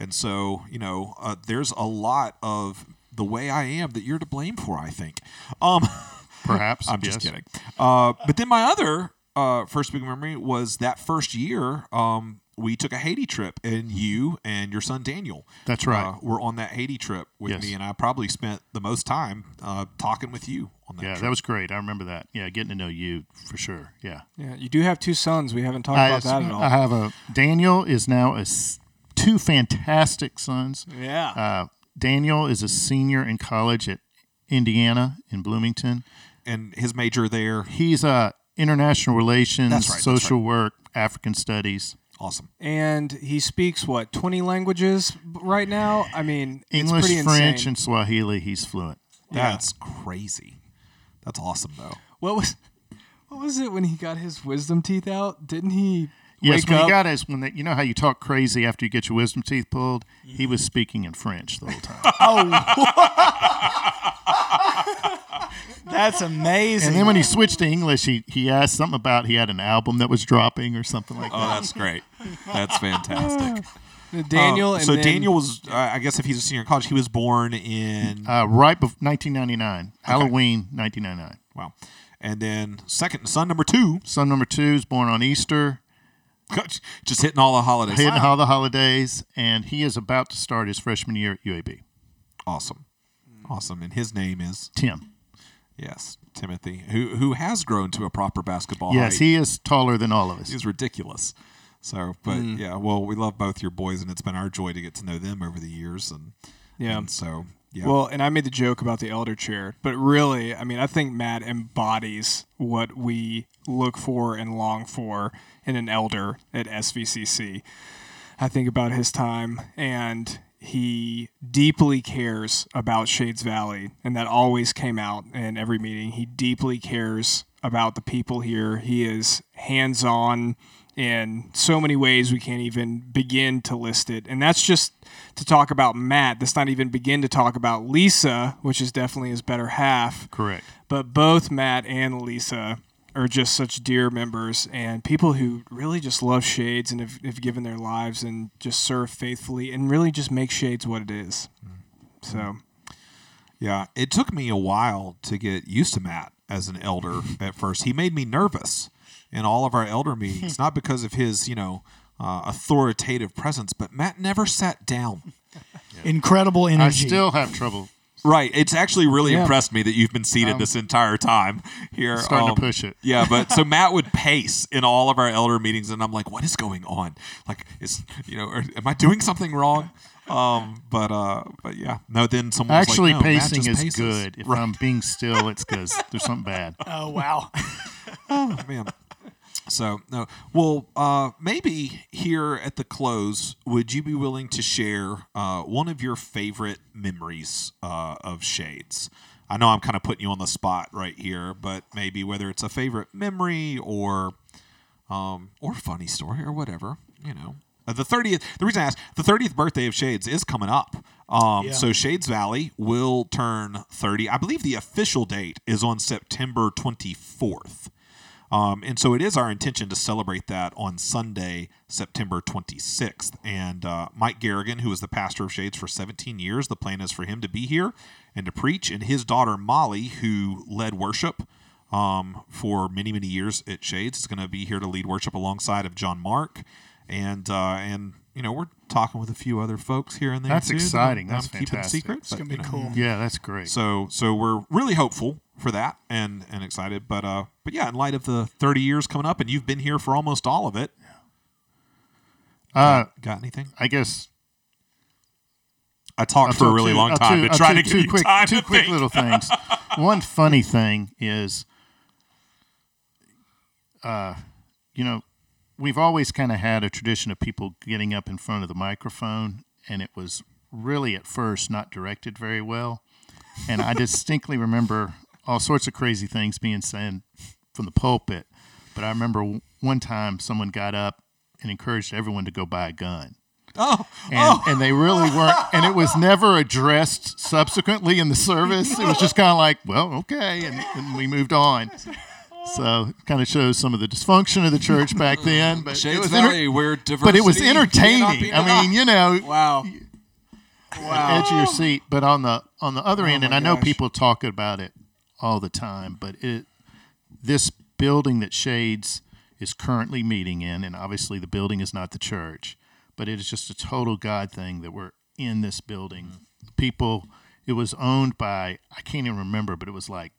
[SPEAKER 2] and so you know, uh, there's a lot of the way I am that you're to blame for. I think. Um,
[SPEAKER 3] Perhaps.
[SPEAKER 2] I'm just
[SPEAKER 3] yes.
[SPEAKER 2] kidding. Uh, but then my other uh, first big memory was that first year. Um, we took a Haiti trip, and you and your son Daniel.
[SPEAKER 3] That's
[SPEAKER 2] Uh,
[SPEAKER 3] right.
[SPEAKER 2] were on that Haiti trip with
[SPEAKER 3] Yes.
[SPEAKER 2] me, and I probably spent the most time uh, talking with you on that.
[SPEAKER 3] Yeah,
[SPEAKER 2] trip.
[SPEAKER 3] that was great. I remember that. Yeah, getting to know you for sure. Yeah.
[SPEAKER 1] Yeah, you do have two sons. We haven't talked
[SPEAKER 3] I, uh,
[SPEAKER 1] about that at all.
[SPEAKER 3] I have a Daniel is now a s- two fantastic sons.
[SPEAKER 1] yeah.
[SPEAKER 3] Uh, Daniel is a senior in college at Indiana in Bloomington.
[SPEAKER 2] and his major there.
[SPEAKER 3] He's uh, international relations,
[SPEAKER 2] That's right, that's
[SPEAKER 3] social work, African studies,
[SPEAKER 2] Awesome.
[SPEAKER 1] and he speaks what 20 languages b- right now. I mean,
[SPEAKER 3] English,
[SPEAKER 1] it's pretty
[SPEAKER 3] French,
[SPEAKER 1] insane.
[SPEAKER 3] and Swahili. He's fluent.
[SPEAKER 1] Yeah.
[SPEAKER 2] That's crazy. That's awesome though.
[SPEAKER 1] what was what was it when he got his wisdom teeth out? Didn't he
[SPEAKER 3] Yes,
[SPEAKER 1] wake
[SPEAKER 3] when
[SPEAKER 1] up.
[SPEAKER 3] he got his, when they, you know how you talk crazy after you get your wisdom teeth pulled, he was speaking in French the whole time.
[SPEAKER 4] That's amazing.
[SPEAKER 3] and then when he switched to English, he, he asked something about he had an album that was dropping or something like
[SPEAKER 2] Oh,
[SPEAKER 3] that.
[SPEAKER 2] that's great. That's fantastic.
[SPEAKER 3] Oh,
[SPEAKER 1] Daniel.
[SPEAKER 2] Um,
[SPEAKER 1] and
[SPEAKER 2] so
[SPEAKER 1] then-
[SPEAKER 2] Daniel was, uh, I guess, if he's a senior in college, he was born in
[SPEAKER 3] Uh, right before 1999, Halloween 1999.
[SPEAKER 2] wow, and then second son number two,
[SPEAKER 3] Son number two is born on Easter.
[SPEAKER 2] just hitting all the holidays.
[SPEAKER 3] hitting all the holidays, and he is about to start his freshman year at UAB.
[SPEAKER 2] Awesome, awesome. And his name is
[SPEAKER 3] Tim.
[SPEAKER 2] yes Timothy, who who has grown to a proper basketball.
[SPEAKER 3] Yes,
[SPEAKER 2] height.
[SPEAKER 3] he is taller than all of us.
[SPEAKER 2] He's ridiculous. So, but
[SPEAKER 3] Mm.
[SPEAKER 2] yeah, well, we love both your boys, and it's been our joy to get to know them over the years, and
[SPEAKER 1] Yeah.
[SPEAKER 2] and so yeah,
[SPEAKER 1] Well, and I made the joke about the elder chair, but really, I mean, I think Matt embodies what we look for and long for in an elder at SVCC. I think about his time, and he deeply cares about Shades Valley, and that always came out in every meeting. He deeply cares about the people here. He is hands on in so many ways we can't even begin to list it. And that's just to talk about Matt. That's not even begin to talk about Lisa, which is definitely his better half.
[SPEAKER 3] Correct.
[SPEAKER 1] But both Matt and Lisa are just such dear members and people who really just love Shades and have, have given their lives and just serve faithfully and really just make Shades what it is. So,
[SPEAKER 2] yeah. It took me a while to get used to Matt as an elder. At first, he made me nervous in all of our elder meetings, not because of his you know uh, authoritative presence, but Matt never sat down.
[SPEAKER 4] Incredible
[SPEAKER 3] I
[SPEAKER 4] energy.
[SPEAKER 3] still have trouble
[SPEAKER 2] Right. It's actually really
[SPEAKER 1] Yeah.
[SPEAKER 2] impressed me that you've been seated this entire time here.
[SPEAKER 3] Um,
[SPEAKER 2] um,
[SPEAKER 3] starting to push it.
[SPEAKER 2] Yeah, but so Matt would pace in all of our elder meetings, and I'm like, what is going on? Like, is you know, or, am I doing something wrong? Um, but uh, but yeah, no. Then someone was like,
[SPEAKER 3] Actually,
[SPEAKER 2] "No, Matt
[SPEAKER 3] pacing
[SPEAKER 2] just
[SPEAKER 3] is
[SPEAKER 2] paces."
[SPEAKER 3] good. If I'm being still, it's because there's something bad.
[SPEAKER 4] oh wow.
[SPEAKER 2] man. So no, well, uh, maybe here at the close, would you be willing to share uh, one of your favorite memories uh, of Shades? I know I'm kind of putting you on the spot right here, but maybe whether it's a favorite memory or um, or funny story or whatever, you know. Uh, the 30th, the reason I asked, the 30th birthday of Shades is coming up. Um, So Shades Valley will turn 30. I believe the official date is on September 24th. Um, and so it is our intention to celebrate that on Sunday, September 26th. And uh, Mike Garrigan, who was the pastor of Shades for 17 years, the plan is for him to be here and to preach. And his daughter, Molly, who led worship um, for many, many years at Shades, is going to be here to lead worship alongside of John Mark. And, uh, and you know, we're talking with a few other folks here and there.
[SPEAKER 3] That's
[SPEAKER 2] too, that
[SPEAKER 3] exciting.
[SPEAKER 2] I'm-
[SPEAKER 3] That's
[SPEAKER 2] I'm keeping
[SPEAKER 3] fantastic.
[SPEAKER 2] secret.
[SPEAKER 4] It's
[SPEAKER 2] but,
[SPEAKER 4] gonna
[SPEAKER 2] you
[SPEAKER 4] be
[SPEAKER 2] know.
[SPEAKER 4] cool.
[SPEAKER 3] Yeah, that's great.
[SPEAKER 2] So so we're really hopeful for that and and excited. But uh but yeah, in light of the 30 years coming up and you've been here for almost all of it.
[SPEAKER 3] Uh,
[SPEAKER 2] Got anything?
[SPEAKER 3] I guess
[SPEAKER 2] I talked for a
[SPEAKER 3] I'll
[SPEAKER 2] really
[SPEAKER 3] do-
[SPEAKER 2] long
[SPEAKER 3] I'll
[SPEAKER 2] time
[SPEAKER 3] do-
[SPEAKER 2] and
[SPEAKER 3] I'll
[SPEAKER 2] tried
[SPEAKER 3] do
[SPEAKER 2] to give you
[SPEAKER 3] quick,
[SPEAKER 2] time
[SPEAKER 3] two
[SPEAKER 2] to
[SPEAKER 3] quick
[SPEAKER 2] think.
[SPEAKER 3] little things. One funny thing is, uh, you know, we've always kind of had a tradition of people getting up in front of the microphone, and it was really at first not directed very well. And I distinctly remember all sorts of crazy things being said from the pulpit. But I remember w- one time someone got up and encouraged everyone to go buy a gun
[SPEAKER 2] Oh,
[SPEAKER 3] and, and they really weren't. And it was never addressed subsequently in the service. It was just kind of like, well, okay, and, and we moved on. So kind of shows some of the dysfunction of the church back then. But it was, enter-
[SPEAKER 2] where diversity
[SPEAKER 3] but it was entertaining. I mean, you know,
[SPEAKER 1] wow.
[SPEAKER 3] edge of your seat. But on the on the other end, and I know
[SPEAKER 1] gosh.
[SPEAKER 3] people talk about it all the time, but it this building that Shades is currently meeting in, and obviously the building is not the church, but it is just a total God thing that we're in this building. People, it was owned by I can't even remember, but it was like.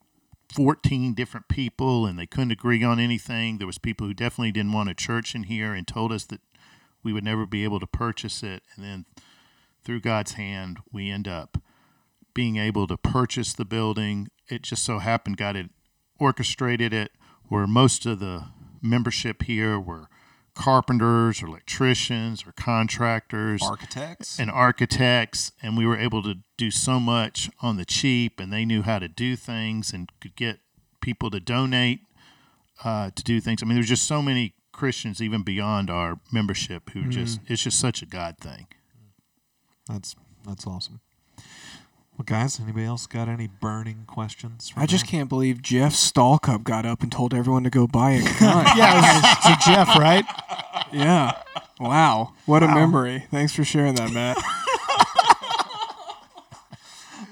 [SPEAKER 3] 14 different people and they couldn't agree on anything there was people who definitely didn't want a church in here and told us that we would never be able to purchase it and then through God's hand, we end up being able to purchase the building. It just so happened God had orchestrated it where most of the membership here were carpenters or electricians or contractors
[SPEAKER 2] architects.
[SPEAKER 3] and architects and we were able to do so much on the cheap and they knew how to do things and could get people to donate uh, to do things i mean there's just so many Christians even beyond our membership
[SPEAKER 2] Mm-hmm.
[SPEAKER 3] who just it's just such a God thing.
[SPEAKER 2] That's that's awesome. Well, guys, anybody else got any burning questions?
[SPEAKER 1] I just can't believe Jeff Stallcup got up and told everyone to go buy it. God,
[SPEAKER 4] Yeah, it was, it's a Jeff, right?
[SPEAKER 1] yeah. Wow. What a memory. Thanks for sharing that, Matt.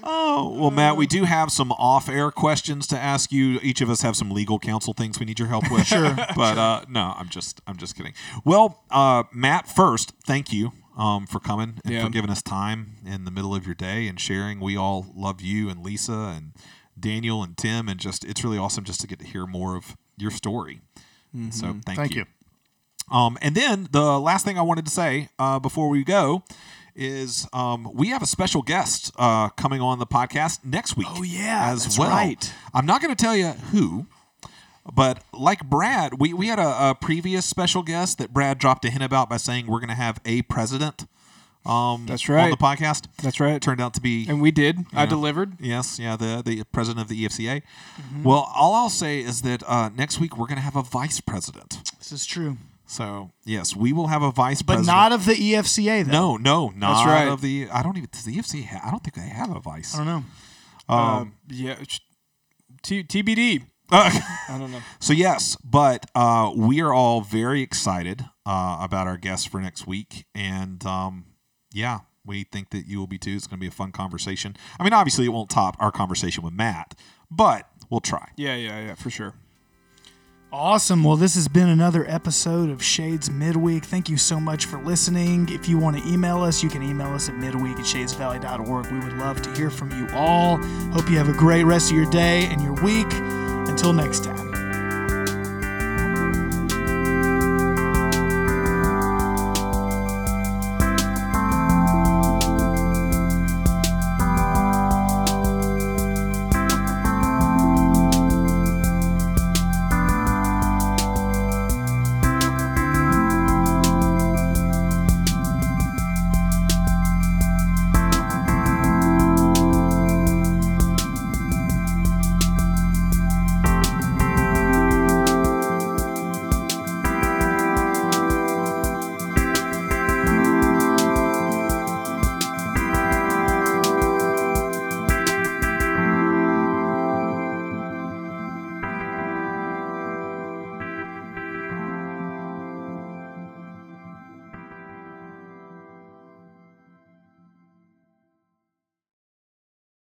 [SPEAKER 2] Oh, well, Matt, we do have some off-air questions to ask you. Each of us have some legal counsel things we need your help with. sure, but Uh, no, I'm just I'm just kidding. Well, uh, Matt, first, thank you um, for coming and
[SPEAKER 1] Yeah.
[SPEAKER 2] for giving us time in the middle of your day and sharing. We all love you and Lisa and Daniel and Tim, and just it's really awesome just to get to hear more of your story. So thank,
[SPEAKER 3] Thank you.
[SPEAKER 2] Um, and then the last thing I wanted to say uh, before we go is um, we have a special guest uh, coming on the podcast next week. Oh
[SPEAKER 1] yeah,
[SPEAKER 2] as
[SPEAKER 1] that's
[SPEAKER 2] well.
[SPEAKER 1] right.
[SPEAKER 2] I'm not going to tell you who, but like Brad, we we had a, a previous special guest that Brad dropped a hint about by saying we're going to have a president. Um,
[SPEAKER 1] That's
[SPEAKER 2] on
[SPEAKER 1] right.
[SPEAKER 2] the podcast.
[SPEAKER 1] That's right.
[SPEAKER 2] It turned out to be
[SPEAKER 1] And we did. I
[SPEAKER 2] Yeah.
[SPEAKER 1] delivered.
[SPEAKER 2] Yes, yeah, the the president of the E EFCA.
[SPEAKER 1] Mm-hmm.
[SPEAKER 2] Well, all I'll say is that uh, next week we're going to have a vice president.
[SPEAKER 4] This is true.
[SPEAKER 2] So yes, we will have a vice
[SPEAKER 4] But
[SPEAKER 2] president.
[SPEAKER 4] not of the E EFCA,
[SPEAKER 2] no,
[SPEAKER 4] though.
[SPEAKER 2] no, not
[SPEAKER 1] right.
[SPEAKER 2] of the. I don't even does the EFC. Ha- I don't think they have a vice.
[SPEAKER 4] I don't know.
[SPEAKER 1] Um, yeah. it's- T- TBD. I don't know.
[SPEAKER 2] Uh, So yes, but uh, we are all very excited uh, about our guests for next week, and um, yeah, we think that you will be too. It's going to be a fun conversation. I mean, obviously, it won't top our conversation with Matt, but we'll try.
[SPEAKER 1] Yeah, yeah, yeah, for sure.
[SPEAKER 4] Awesome. Well, this has been another episode of Shades Midweek. Thank you so much for listening. If you want to email us, you can email us at midweek at shadesvalley.org. We would love to hear from you all. Hope you have a great rest of your day and your week. Until next time.